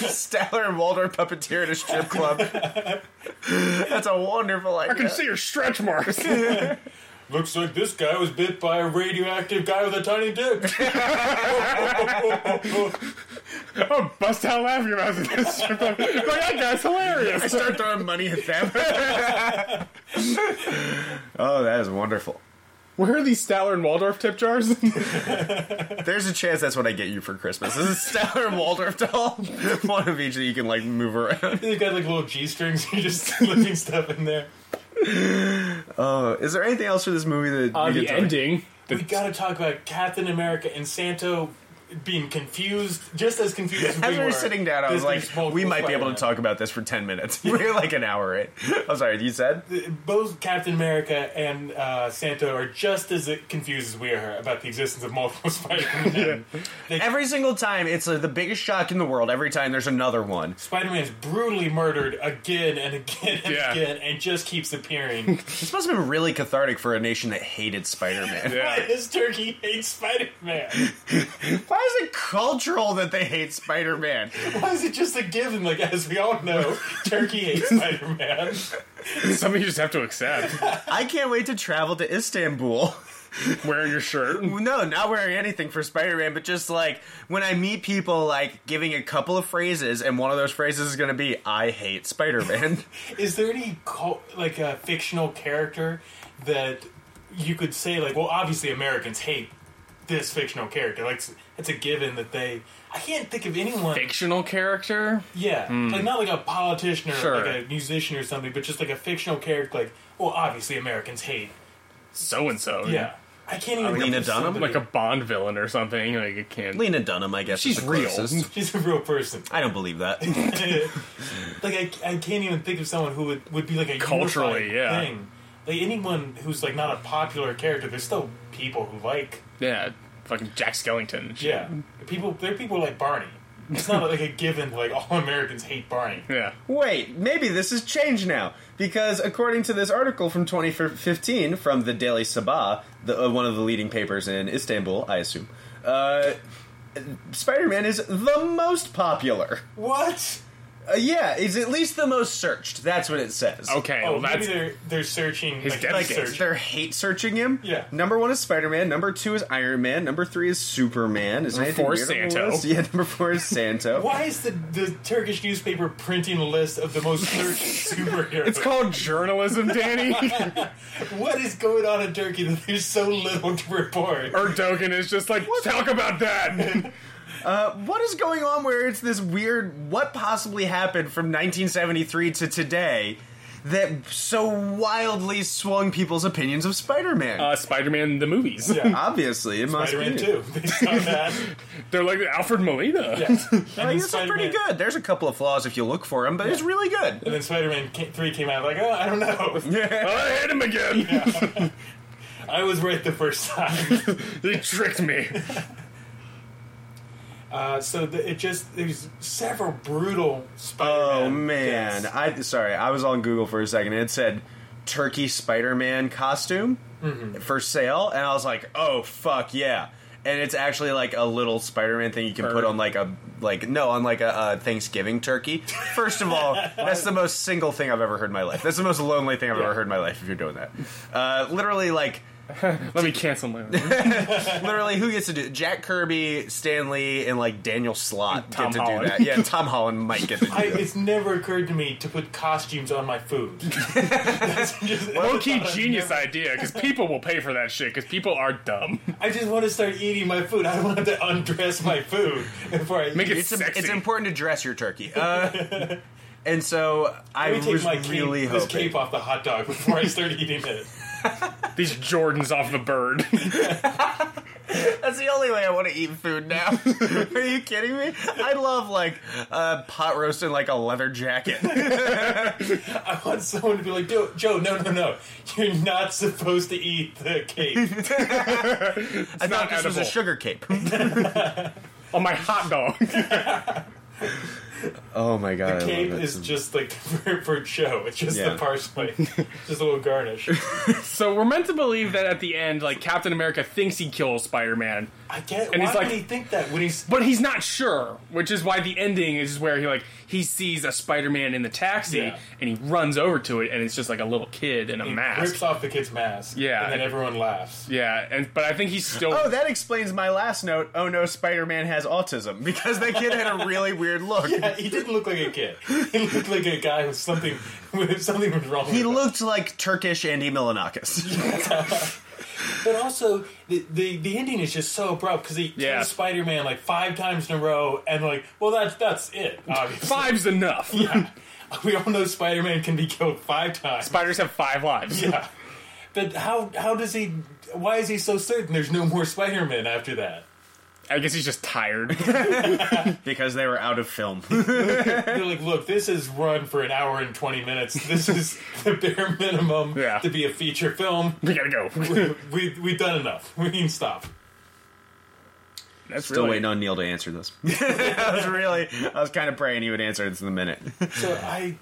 Speaker 1: Stellar and Waldor puppeteer at a strip club. That's a wonderful idea.
Speaker 3: I can see your stretch marks.
Speaker 2: Looks like this guy was bit by a radioactive guy with a tiny dick.
Speaker 3: Oh, bust out laughing about this strip club. Like, that guy's hilarious.
Speaker 1: I start throwing money at them. oh, that is wonderful.
Speaker 3: Where are these Statler and Waldorf tip jars?
Speaker 1: There's a chance that's what I get you for Christmas. This is Stellar and Waldorf doll. One of each that you can like move around.
Speaker 2: They've got like little G strings. You're just slipping stuff in there.
Speaker 1: Oh, is there anything else for this movie that
Speaker 3: On
Speaker 1: we
Speaker 3: the
Speaker 1: can talk-
Speaker 3: ending.
Speaker 2: We gotta talk about Captain America and Santo being confused, just as confused as,
Speaker 1: As we were
Speaker 2: were
Speaker 1: sitting down, I
Speaker 2: This
Speaker 1: was like,
Speaker 2: is multiple
Speaker 1: we might be able
Speaker 2: Spider-Man.
Speaker 1: to talk about this for 10 minutes. We're like an hour in. I'm sorry, you said?
Speaker 2: Both Captain America and uh, Santo are just as confused as we are about the existence of multiple Spider-Man. They-
Speaker 1: Every single time, it's uh, the biggest shock in the world. Every time there's another one.
Speaker 2: Spider-Man's brutally murdered again and again and
Speaker 3: Yeah.
Speaker 2: again, and just keeps appearing.
Speaker 1: This must have been really cathartic for a nation that hated Spider Man.
Speaker 3: Yeah.
Speaker 2: This turkey hates Spider-Man.
Speaker 1: Why is it cultural that they hate Spider Man?
Speaker 2: Why is it just a given? Like as we all know, Turkey hates Spider-Man.
Speaker 3: Something you just have to accept.
Speaker 1: I can't wait to travel to Istanbul.
Speaker 3: Wearing your shirt.
Speaker 1: No, not wearing anything for Spider Man, but just like when I meet people, like giving a couple of phrases, and one of those phrases is going to be, I hate Spider Man.
Speaker 2: Is there any cult, like a fictional character that you could say like, well, obviously Americans hate this fictional character. Like it's- it's a given that they. I can't think of anyone.
Speaker 3: Fictional character?
Speaker 2: Yeah, like not like a politician or
Speaker 3: mm. Sure.
Speaker 2: like a musician or something, but just like a fictional character. Like, well, obviously Americans hate.
Speaker 3: So and so.
Speaker 2: Yeah, I can't even.
Speaker 1: Lena
Speaker 2: think of
Speaker 1: Dunham?
Speaker 2: somebody-
Speaker 3: Mm-hmm. Like a Bond villain or something. Like, it can't.
Speaker 1: Lena Dunham, I guess. is
Speaker 3: She's
Speaker 1: the
Speaker 3: real.
Speaker 1: closest.
Speaker 2: She's a real person.
Speaker 1: I don't believe that.
Speaker 2: like I, I can't even think of someone who would, would be like a
Speaker 3: Culturally,
Speaker 2: unified
Speaker 3: yeah.
Speaker 2: thing. Like anyone who's like not a popular character, there's still people who like
Speaker 3: Yeah. Fucking Jack Skellington.
Speaker 2: yeah people. There are people like Barney. It's not like a given like all Americans hate Barney.
Speaker 3: Yeah.
Speaker 1: Wait, maybe this has changed now because according to this article from 2015 from the Daily Sabah, the, uh, one of the leading papers in Istanbul, I assume, uh, Spider-Man is the most popular.
Speaker 2: What?
Speaker 1: Uh, yeah, is at least the most searched. That's what it says.
Speaker 3: Okay,
Speaker 2: Oh,
Speaker 3: well,
Speaker 2: maybe
Speaker 3: that's.
Speaker 2: they're they're searching
Speaker 3: His
Speaker 2: like,
Speaker 3: death
Speaker 2: like
Speaker 3: gaze.
Speaker 2: search.
Speaker 1: They're hate searching him.
Speaker 2: Yeah.
Speaker 1: Number one is Spider Man. Number two is Iron Man. Number three is Superman. Is number
Speaker 3: four is Santo.
Speaker 1: Yeah. Number four is Santo.
Speaker 2: Why is the the Turkish newspaper printing a list of the most searched superheroes?
Speaker 3: It's called journalism, Danny.
Speaker 2: what is going on in Turkey that there's so little to report?
Speaker 3: Erdogan is just like, talk about that.
Speaker 1: What is going on where it's this weird what possibly happened from 1973 to today that so wildly swung people's opinions of Spider-Man?
Speaker 3: uh, Spider-Man the movies.
Speaker 2: Yeah.
Speaker 1: Obviously, it must
Speaker 2: Spider-Man
Speaker 1: be.
Speaker 2: Two. They saw that.
Speaker 3: They're like Alfred Molina.
Speaker 2: Yeah. And then
Speaker 1: I guess it's pretty
Speaker 2: Spider-Man-
Speaker 1: good. There's a couple of flaws if you look for them, but it's really good.
Speaker 2: And then Spider-Man ca- Three came out like, oh, I don't know.
Speaker 3: I hit him again.
Speaker 2: I was right the first time.
Speaker 3: They tricked me.
Speaker 2: uh, so the, it just there's several brutal Spider-Man.
Speaker 1: Oh man,
Speaker 2: deaths.
Speaker 1: I sorry, I was on Google for a second. and It said Turkey Spider-Man costume for sale, and I was like, oh fuck yeah. And it's actually like a little Spider-Man thing you can put
Speaker 3: Bird.
Speaker 1: on like a like no on like a, uh Thanksgiving turkey. First of all, that's the most single thing I've ever heard in my life. That's the most lonely thing I've ever heard in my life. If you're doing that, uh, literally like
Speaker 3: Let me cancel my order.
Speaker 1: Literally, who gets to do? Jack Kirby, Stanley, and like Daniel Slot
Speaker 3: Tom
Speaker 1: get to
Speaker 3: Holland.
Speaker 1: do that. Yeah, Tom Holland might get to do
Speaker 2: I,
Speaker 1: that.
Speaker 2: it's never occurred to me to put costumes on my food. That's just-
Speaker 3: Low key
Speaker 2: I
Speaker 3: genius
Speaker 2: never-
Speaker 3: idea because people will pay for that shit because people are dumb.
Speaker 2: I just want to start eating my food. I want to undress my food before I
Speaker 3: Make
Speaker 2: eat.
Speaker 3: it
Speaker 1: It's, im-
Speaker 3: sexy.
Speaker 1: it's important to dress your turkey. Uh, and so I
Speaker 2: Let me
Speaker 1: was
Speaker 2: take my cape,
Speaker 1: really
Speaker 2: this
Speaker 1: hoping.
Speaker 2: cape off the hot dog before I start eating it.
Speaker 3: These Jordans off the bird.
Speaker 1: That's the only way I want to eat food now. Are you kidding me? I love like uh, pot roast in like a leather jacket.
Speaker 2: I want someone to be like, Joe, Joe, no, no, no. You're not supposed to eat the cape.
Speaker 1: I thought
Speaker 3: not
Speaker 1: this was a
Speaker 3: edible.
Speaker 1: sugar cape.
Speaker 3: on my hot dog.
Speaker 1: Oh my god!
Speaker 2: Cape is just like for, for Joe. It's just
Speaker 1: Yeah.
Speaker 2: the parsley. just a little garnish.
Speaker 3: So we're meant to believe that at the end, like Captain America thinks he kills Spider Man,
Speaker 2: I get
Speaker 3: And
Speaker 2: why
Speaker 3: he's like-
Speaker 2: would he think that when he's
Speaker 3: but he's not sure, which is why the ending is where he like he sees a Spider Man in the taxi
Speaker 2: Yeah.
Speaker 3: and he runs over to it, and it's just like a little kid in a
Speaker 2: he
Speaker 3: mask.
Speaker 2: rips off the kid's mask.
Speaker 3: Yeah.
Speaker 2: And then everyone laughs.
Speaker 3: Yeah, and but I think he's still.
Speaker 1: Oh, that explains my last note. Oh no, Spider Man has autism because that kid had a really weird look.
Speaker 2: Yeah, Uh, he didn't look like a kid. He looked like a guy with something with something was wrong
Speaker 1: He
Speaker 2: with him.
Speaker 1: looked like Turkish Andy Milanakis.
Speaker 2: But also, the, the the ending is just so abrupt because he
Speaker 3: Yeah.
Speaker 2: kills Spider Man like five times in a row, and like, well, that's that's it. Obviously,
Speaker 3: Five's enough.
Speaker 2: Yeah. we all know Spider Man can be killed five times.
Speaker 3: Spiders have five lives.
Speaker 2: yeah, but how how does he? Why is he so certain there's no more Spider Man after that?
Speaker 3: I guess he's just tired.
Speaker 1: because they were out of film.
Speaker 2: They're like, look, this is run for an hour and twenty minutes. This is the bare minimum
Speaker 3: Yeah.
Speaker 2: to be a feature film.
Speaker 3: we gotta go.
Speaker 2: We we've done enough. We can stop.
Speaker 3: That's
Speaker 1: Still
Speaker 3: really
Speaker 1: waiting on Neil to answer this. I was really, I was kind of praying he would answer this in a minute. Uh,
Speaker 2: So I.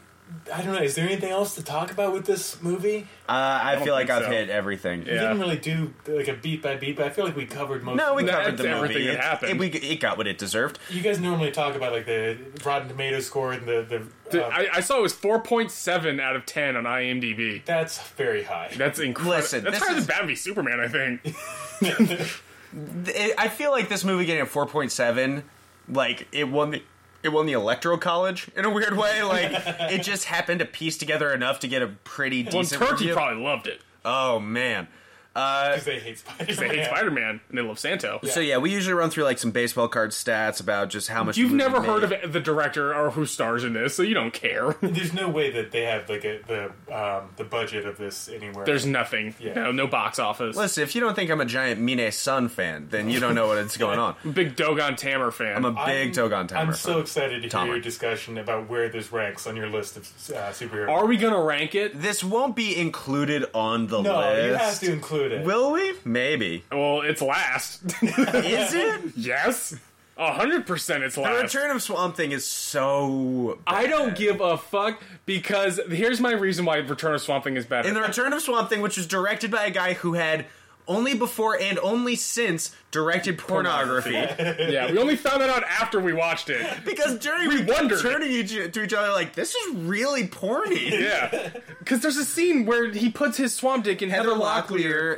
Speaker 2: I don't know. Is there anything else to talk about with this movie?
Speaker 1: I, feel like
Speaker 3: think
Speaker 1: I've
Speaker 3: so.
Speaker 1: hit everything.
Speaker 2: We
Speaker 3: Yeah.
Speaker 2: didn't really do like a beat by beat, but I feel like we covered most.
Speaker 1: No, we
Speaker 2: of it.
Speaker 3: That's
Speaker 1: covered the movie.
Speaker 3: everything that
Speaker 1: It-
Speaker 3: happened.
Speaker 1: It, we, it got what it deserved.
Speaker 2: You guys normally talk about like the Rotten Tomato score and the the. Uh,
Speaker 3: I, I saw it was 4.7 out of 10 on IMDb.
Speaker 2: that's very high.
Speaker 3: That's incredible.
Speaker 1: Listen,
Speaker 3: That's
Speaker 1: this
Speaker 3: higher
Speaker 1: is-
Speaker 3: than Batman v Superman, I think.
Speaker 1: It, I feel like this movie getting a four point seven, like it won the. It won the Electoral College in a weird way. Like it just happened to piece together enough to get a pretty
Speaker 3: Well,
Speaker 1: decent.
Speaker 3: Turkey
Speaker 1: review.
Speaker 3: probably loved it.
Speaker 1: Oh man.
Speaker 2: Because they hate Spider-Man.
Speaker 3: They hate Spider Man and they love Santo.
Speaker 1: So yeah, we usually run through like some baseball card stats about just how much
Speaker 3: You've
Speaker 1: the movie
Speaker 3: never
Speaker 1: made.
Speaker 3: heard of the director or who stars in this, so you don't care.
Speaker 2: There's no way that they have like a, the um, the budget of this anywhere.
Speaker 3: There's nothing.
Speaker 2: Yeah.
Speaker 3: No, no box office.
Speaker 1: Listen, if you don't think I'm a giant Mine Sun fan, then you don't know what's going on.
Speaker 3: Big Dogon Tammer fan.
Speaker 1: I'm a big Togon Timer.
Speaker 2: I'm so excited to
Speaker 1: Tomer.
Speaker 2: hear your discussion about where this ranks on your list of uh, superheroes.
Speaker 3: Are we gonna rank it?
Speaker 1: this won't be included on the
Speaker 2: no,
Speaker 1: list.
Speaker 2: Oh, you have to include it.
Speaker 1: Will we? Maybe.
Speaker 3: Well, it's last.
Speaker 1: Is it?
Speaker 3: yes, hundred percent. It's
Speaker 1: The
Speaker 3: last.
Speaker 1: Return of Swamp Thing is so.
Speaker 3: I don't give a fuck because here's my reason why Return of Swamp Thing is better.
Speaker 1: In the Return of Swamp Thing, which was directed by a guy who had only before and only since directed pornography,
Speaker 3: yeah, we only found that out after we watched it.
Speaker 1: because during we,
Speaker 3: wondered.
Speaker 1: turning each, to each other like this is really porny.
Speaker 3: Yeah, because there's a scene where he puts his swamp dick in Heather,
Speaker 1: Heather
Speaker 3: Locklear,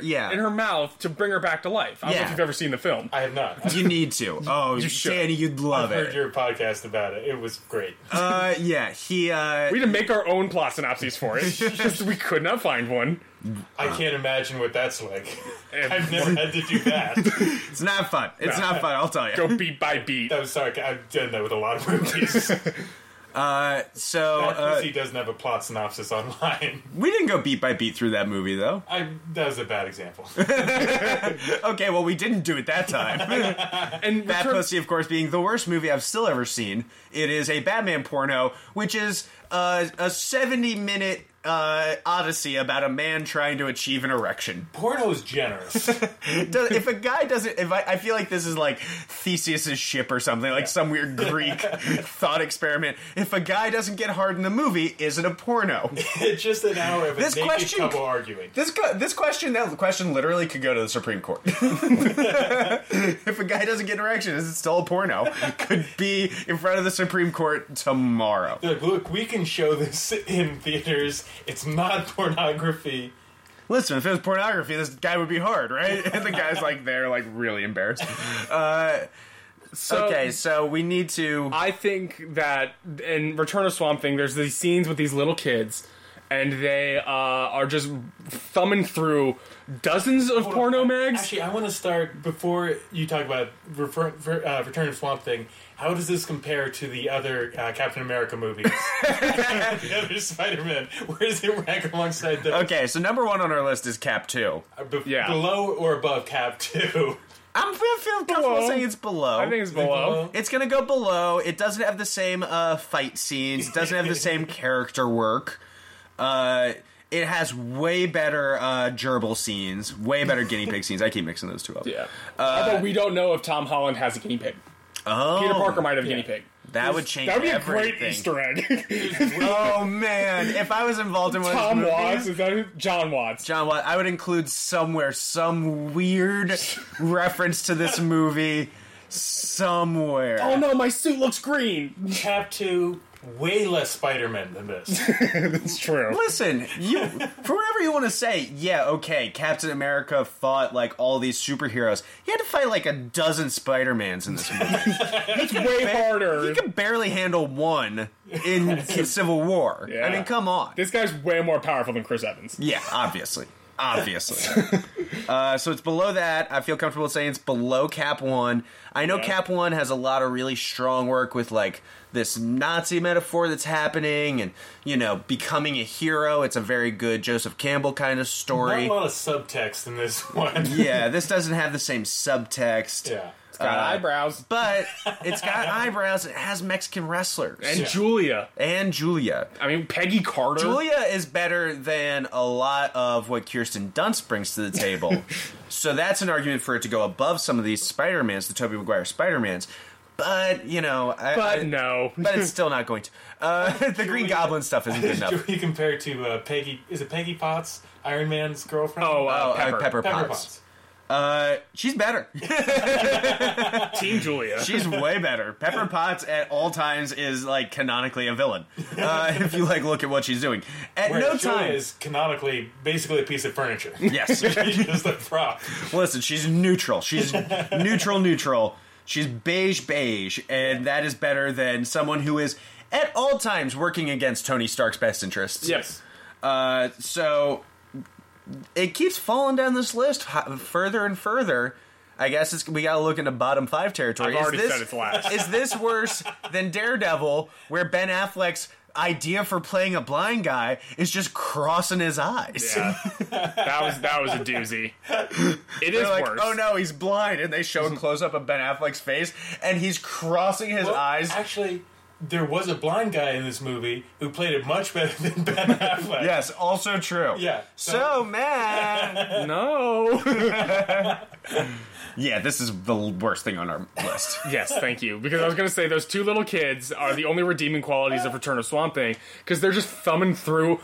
Speaker 1: Locklear, yeah.
Speaker 3: in her mouth to bring her back to life. I don't know if
Speaker 1: Yeah.
Speaker 3: you've ever seen the film.
Speaker 2: I have not. I've
Speaker 1: You need to. Oh,
Speaker 3: you should.
Speaker 1: Danny, you'd love
Speaker 2: heard
Speaker 1: it.
Speaker 2: your podcast about it. It was great.
Speaker 1: Uh, yeah, he. uh...
Speaker 3: We had to make our own plot synopses for it because we could not find one.
Speaker 2: I
Speaker 1: Uh-huh.
Speaker 2: can't imagine what that's like.
Speaker 3: And-
Speaker 2: I've never had to do that.
Speaker 1: It's not fun. It's
Speaker 3: No.
Speaker 1: not fun. I'll tell you.
Speaker 3: Go beat by beat.
Speaker 2: I'm sorry. I've done that with a lot of movies. That
Speaker 1: Uh, so uh,
Speaker 2: pussy doesn't have a plot synopsis online.
Speaker 1: we didn't go beat by beat through that movie though.
Speaker 2: I, that was a bad example.
Speaker 1: Okay, well we didn't do it that time.
Speaker 3: And
Speaker 1: Bad
Speaker 3: Return-
Speaker 1: Pussy, of course, being the worst movie I've still ever seen. It is a Batman porno, which is uh, a seventy-minute uh, odyssey about a man trying to achieve an erection.
Speaker 2: Porno's generous.
Speaker 1: Does- if a guy doesn't, if I, I feel like this is like Theseus's ship or something, like some weird Greek thought experiment. If a guy doesn't get hard in the movie, is it a porno?
Speaker 2: It's just an hour of a
Speaker 1: This
Speaker 2: naked
Speaker 1: question-
Speaker 2: couple arguing.
Speaker 1: This co- this question that question literally could go to the Supreme Court. if a guy doesn't get an erection, is it still a porno? Could be in front of the Supreme Court tomorrow.
Speaker 2: They're like, look, we can show this in theaters. It's not pornography.
Speaker 1: listen, if it was pornography, this guy would be hard, right? And the guy's like, they're like really embarrassed. Uh,
Speaker 3: So-
Speaker 1: okay, so we need to.
Speaker 3: I think that in Return of Swamp Thing, there's these scenes with these little kids, and they uh, are just thumbing through dozens of porno mags.
Speaker 2: Actually, I want to start before you talk about refer, for, uh, Return of Swamp Thing. How does this compare to the other uh, Captain America movies? the other Spider Man. Where does it rank alongside the uh,
Speaker 1: Okay, so number one on our list is Cap Two.
Speaker 2: be-
Speaker 3: Yeah.
Speaker 2: below or above Cap Two?
Speaker 1: I'm feel, feel comfortable
Speaker 3: Below.
Speaker 1: saying it's below.
Speaker 3: I think it's below.
Speaker 1: It's gonna go below. It doesn't have the same uh, fight scenes. It doesn't have the same character work. Uh, it has way better uh, gerbil scenes. Way better guinea pig scenes. I keep mixing those two up.
Speaker 3: Yeah. Although we don't know if Tom Holland has a guinea pig.
Speaker 1: Uh, Oh,
Speaker 3: Peter Parker might have a guinea pig.
Speaker 1: That would change.
Speaker 3: That would be a
Speaker 1: everything.
Speaker 3: great Easter egg.
Speaker 1: Oh man, if I was involved in one
Speaker 3: Tom
Speaker 1: of these movies,
Speaker 3: Watts is that who- John Watts?
Speaker 1: John Watt, I would include somewhere some weird reference to this movie somewhere.
Speaker 3: Oh no, my suit looks green.
Speaker 2: Cap Two, way less Spider Man than this.
Speaker 3: It's true.
Speaker 1: Listen, you for whatever you want to say, yeah, okay. Captain America fought like all these superheroes. He had to fight like a dozen Spider Mans in this movie.
Speaker 3: It's way harder.
Speaker 1: He could barely handle one in Civil War.
Speaker 3: Yeah.
Speaker 1: I mean, come on.
Speaker 3: This guy's way more powerful than Chris Evans.
Speaker 1: Yeah, obviously. Obviously. uh, so it's below that. I feel comfortable saying it's below Cap 1. I know
Speaker 3: Yeah.
Speaker 1: Cap 1 has a lot of really strong work with, like, this Nazi metaphor that's happening and, you know, becoming a hero. It's a very good Joseph Campbell kind of
Speaker 2: Not a
Speaker 1: story.
Speaker 2: lot of subtext in this one.
Speaker 1: yeah, this doesn't have the same subtext.
Speaker 2: Yeah.
Speaker 3: Got
Speaker 1: Uh,
Speaker 3: eyebrows.
Speaker 1: But it's got eyebrows and it has Mexican wrestlers.
Speaker 3: And
Speaker 2: Yeah. Uh,
Speaker 3: Julia.
Speaker 1: and Julia.
Speaker 3: I mean Peggy Carter.
Speaker 1: Julia is better than a lot of what Kirsten Dunst brings to the table. so that's an argument for it to go above some of these Spider-Mans, the Tobey Maguire Spider-Mans. But, you know, I,
Speaker 3: But
Speaker 1: I-
Speaker 3: no.
Speaker 1: but it's still not going to. Uh, the Green Goblin stuff isn't good enough.
Speaker 2: You compare it to uh, Peggy. Is it Peggy Potts, Iron Man's girlfriend?
Speaker 3: Oh, uh,
Speaker 1: Oh,
Speaker 3: Pepper.
Speaker 1: Uh, Pepper
Speaker 2: Pepper
Speaker 1: Potts.
Speaker 2: Potts.
Speaker 1: Uh, she's better.
Speaker 3: Team Julia.
Speaker 1: She's way better. Pepper Potts at all times is like canonically a villain. Uh, if you like look at what she's doing, at
Speaker 2: Whereas
Speaker 1: no
Speaker 2: Julia
Speaker 1: time.
Speaker 2: is canonically basically a piece of furniture.
Speaker 1: yes,
Speaker 2: just the prop.
Speaker 1: Listen, she's neutral. She's neutral, neutral. She's beige, beige, and that is better than someone who is at all times working against Tony Stark's best interests.
Speaker 3: Yes.
Speaker 1: Uh, so it keeps falling down this list hi- further and further. I guess it's, we gotta look into bottom five territory.
Speaker 3: I've
Speaker 1: Is
Speaker 3: already
Speaker 1: this-
Speaker 3: said it's last.
Speaker 1: is this worse than Daredevil, where Ben Affleck's idea for playing a blind guy is just crossing his eyes?
Speaker 3: Yeah. that was that was a doozy. It is
Speaker 1: They're like,
Speaker 3: worse.
Speaker 1: oh no, he's blind, and they show a close up of Ben Affleck's face, and he's crossing his
Speaker 2: Well,
Speaker 1: eyes.
Speaker 2: Actually, there was a blind guy in this movie who played it much better than Ben Affleck.
Speaker 1: Yes, also true.
Speaker 2: Yeah,
Speaker 1: So,
Speaker 2: so-
Speaker 1: man.
Speaker 3: No.
Speaker 1: yeah, this is the worst thing on our list.
Speaker 3: yes, thank you. Because I was gonna say those two little kids are the only redeeming qualities of Return of Swamp Thing, because they're just thumbing through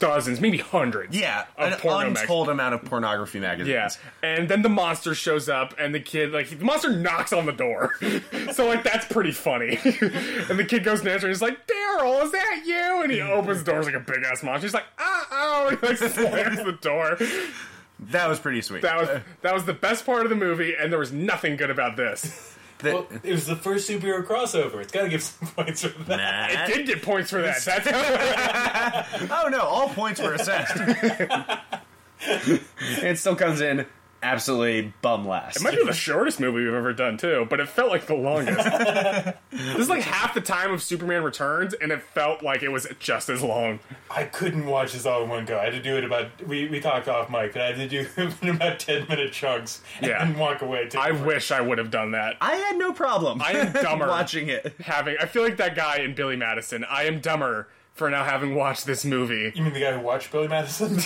Speaker 3: dozens, maybe hundreds.
Speaker 1: Yeah,
Speaker 3: of
Speaker 1: an
Speaker 3: porno mag-
Speaker 1: untold amount of pornography magazines.
Speaker 3: Yeah, and then the monster shows up, and the kid like the monster knocks on the door, so like that's pretty funny. and the kid goes and answers, and he's like, "Daryl, is that you?" And he opens the door, it's like a big ass monster. He's like, "Uh oh!" and He like slams the door.
Speaker 1: That was pretty sweet.
Speaker 3: That was that was the best part of the movie, and there was nothing good about this.
Speaker 1: The-
Speaker 2: Well, it was the first superhero crossover. It's got to give some points for that.
Speaker 1: Nah.
Speaker 3: Did get points for that. That's how
Speaker 1: oh no, all points were assessed. it still comes in absolutely bum last.
Speaker 3: it might be the shortest movie we've ever done too, but it felt like the longest. this is like half the time of Superman Returns, and it felt like it was just as long.
Speaker 2: I couldn't watch this all in one go. I had to do it about. We, we talked off mic, but I had to do it in about 10 minute chunks and
Speaker 3: Yeah.
Speaker 2: then walk away. To
Speaker 3: I wish I would have done that.
Speaker 1: I had no problem.
Speaker 3: I am dumber.
Speaker 1: watching it.
Speaker 3: having I feel like that guy in Billy Madison. I am dumber for now having watched this movie.
Speaker 2: You mean the guy who watched Billy Madison?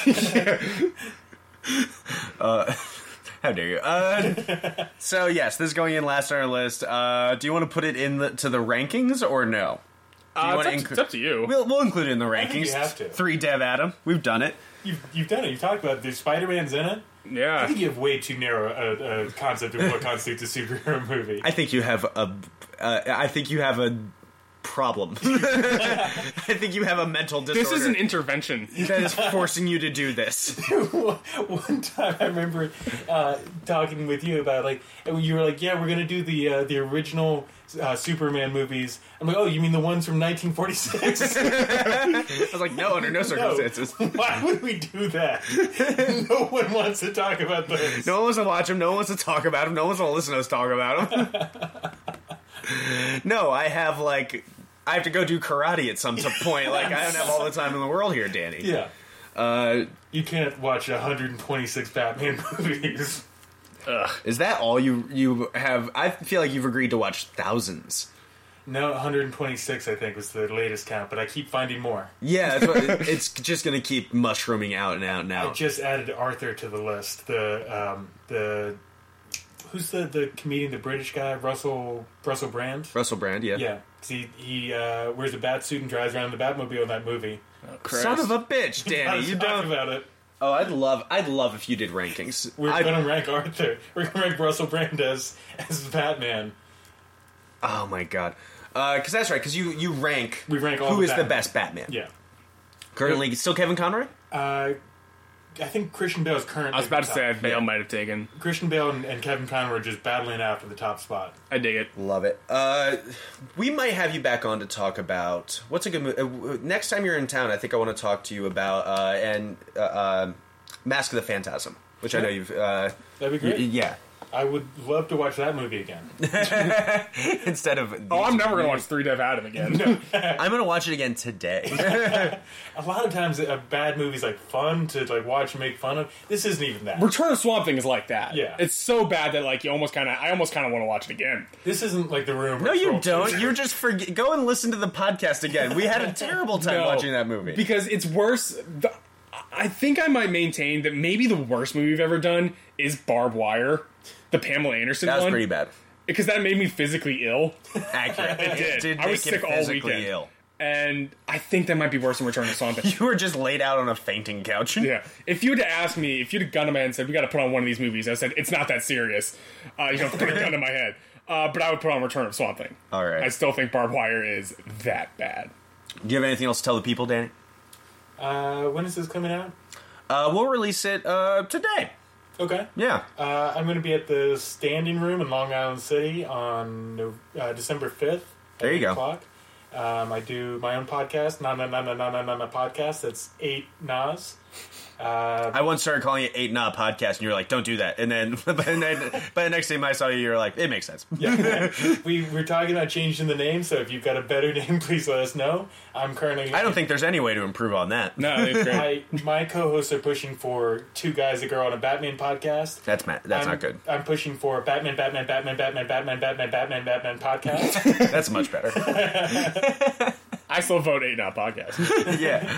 Speaker 1: How dare you? Uh, so yes, this is going in last on our list. Uh, do you want to put it in the, to the rankings or no?
Speaker 3: Uh,
Speaker 1: wanna
Speaker 3: it's, up to,
Speaker 1: inclu-
Speaker 3: it's up to you.
Speaker 1: We'll, we'll include it in the
Speaker 2: think you
Speaker 1: rankings.
Speaker 2: have to.
Speaker 1: Three Dev Adam, we've done it.
Speaker 2: you've, you've done it. You've talked about it. There's Spider Man's in it. I
Speaker 3: yeah.
Speaker 2: think you have way too narrow a, a concept of what constitutes a superhero movie.
Speaker 1: I think you have a. Uh, I think you have a problem. I think you have a mental disorder.
Speaker 3: This is an intervention.
Speaker 1: that is forcing you to do this.
Speaker 2: One time, I remember uh, talking with you about like and you were like, "Yeah, we're gonna do the uh, the original uh, Superman movies." I'm like, "Oh, you mean the ones from 1946?
Speaker 1: I was like, no, under no circumstances. No,
Speaker 2: Why would we do that? no one wants to talk about those."
Speaker 1: one wants to watch him. No one wants to talk about him. No one wants to listen to us talk about him. no, I have like. I have to go do karate at some point. Like I don't have all the time in the world here, Danny.
Speaker 2: Yeah,
Speaker 1: Uh,
Speaker 2: you can't watch 126 Batman movies.
Speaker 1: is that all you you have? I feel like you've agreed to watch thousands.
Speaker 2: No, 126 I think was the latest count, but I keep finding more.
Speaker 1: Yeah, that's what, it's just gonna keep mushrooming out and out and
Speaker 2: I
Speaker 1: out.
Speaker 2: just added Arthur to the list. The um, the who's the the comedian, the British guy, Russell Russell Brand.
Speaker 1: Russell Brand, yeah.
Speaker 2: Yeah, see, he uh, wears a bat suit and drives around in the Batmobile in that movie.
Speaker 3: Oh,
Speaker 1: Son of a bitch, Danny.
Speaker 2: Let's
Speaker 1: You
Speaker 2: talk
Speaker 1: don't.
Speaker 2: about it.
Speaker 1: Oh, I'd love, I'd love if you did rankings.
Speaker 2: We're
Speaker 1: I-
Speaker 2: gonna rank Arthur. We're gonna rank Russell Brand as as Batman.
Speaker 1: oh my god, because that's right. Because you you rank.
Speaker 2: We rank all
Speaker 1: who
Speaker 2: the
Speaker 1: is the
Speaker 2: Batman.
Speaker 1: best Batman?
Speaker 2: Yeah,
Speaker 1: Currently, still Kevin Conroy.
Speaker 2: uh, I think Christian Bale's currently.
Speaker 3: I was about to say I
Speaker 2: top.
Speaker 3: Bale might have taken.
Speaker 2: Christian Bale and, and Kevin Conroy are just battling out for the top spot.
Speaker 3: I dig it.
Speaker 1: Love it. Uh, we might have you back on to talk about what's a good movie. Uh, w- next time you're in town, I think I want to talk to you about uh, and uh, uh, Mask of the Phantasm, which I know you've. Uh,
Speaker 2: That'd be
Speaker 1: y-
Speaker 2: great.
Speaker 1: yeah.
Speaker 2: I would love to watch that movie again.
Speaker 1: Instead of
Speaker 3: Oh, I'm never gonna watch Three Dev Adam again.
Speaker 1: I'm gonna watch it again today.
Speaker 2: a lot of times a bad movie's like fun to like watch and make fun of. This isn't even that.
Speaker 3: Return of Swamp Thing is like that.
Speaker 2: Yeah.
Speaker 3: it's so bad that like you almost kind of I almost kind of want to watch it again.
Speaker 2: This isn't like the room.
Speaker 1: No, you don't. You're just forget. Go and listen to the podcast again. We had a terrible time
Speaker 3: No,
Speaker 1: watching that movie.
Speaker 3: because it's worse. The, I think I might maintain that maybe the worst movie we've ever done is Barbed Wire, the Pamela Anderson
Speaker 1: that was
Speaker 3: one,
Speaker 1: pretty bad.
Speaker 3: because that made me physically ill,
Speaker 1: Accurate. It
Speaker 3: did. I was sick all weekend. and I think that might be worse than Return of the Swamp Thing.
Speaker 1: You were just laid out on a fainting couch.
Speaker 3: Yeah, if you had to ask me, if you'd have gone to my head and said we got to put on one of these movies, I said it's not that serious. Uh, you don't have to put a gun to my head, uh, but I would put on Return of the Swamp Thing.
Speaker 1: All right.
Speaker 3: I still think Barbed Wire is that bad.
Speaker 1: Do you have anything else to tell the people, Danny?
Speaker 2: Uh, when is this coming out?
Speaker 1: Uh, we'll release it uh, today.
Speaker 2: Okay.
Speaker 1: Yeah.
Speaker 2: Uh, I'm going to be at the Standing Room in Long Island City on no- uh, December 5th. at
Speaker 1: There you
Speaker 2: 8
Speaker 1: go.
Speaker 2: O'clock. Um, I do my own podcast, Na Na Na Na Na Na Na Na Podcast. That's eight Nas. Uh,
Speaker 1: I once started calling it Eight Nah Podcast, and you were like, "Don't do that." And then, but then, by the next time I saw you, you were like, "It makes sense."
Speaker 2: yeah, we we're talking about changing the name, so if you've got a better name, please let us know. I'm currently
Speaker 1: I don't think there's any way to improve on that.
Speaker 3: No, it's great.
Speaker 2: my my co-hosts are pushing for two guys a girl on a Batman podcast.
Speaker 1: That's ma- that's
Speaker 2: I'm,
Speaker 1: not good.
Speaker 2: I'm pushing for Batman, Batman, Batman, Batman, Batman, Batman, Batman, Batman podcast.
Speaker 1: That's much better.
Speaker 3: I still vote eight not podcast.
Speaker 1: yeah.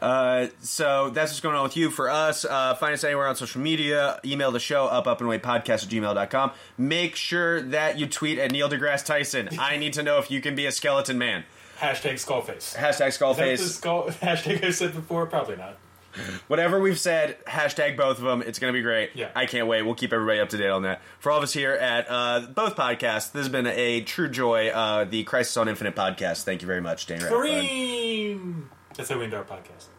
Speaker 1: Uh, so that's what's going on with you. For us, uh, find us anywhere on social media. Email the show, up, up, and away podcast at gmail.com. Make sure that you tweet at Neil deGrasse Tyson. I need to know if you can be a skeleton man.
Speaker 2: hashtag Skullface.
Speaker 1: Hashtag
Speaker 2: That's the
Speaker 1: skullface.
Speaker 2: skull hashtag I said before. Probably not.
Speaker 1: Whatever we've said, hashtag both of them. It's going to be great.
Speaker 2: Yeah.
Speaker 1: I can't wait. We'll keep everybody up to date on that. For all of us here at uh, both podcasts, this has been a true joy. Uh, the Crisis on Infinite podcast. Thank you very much, Dan Ratcliffe.
Speaker 2: Kareem. That's how we end our podcast.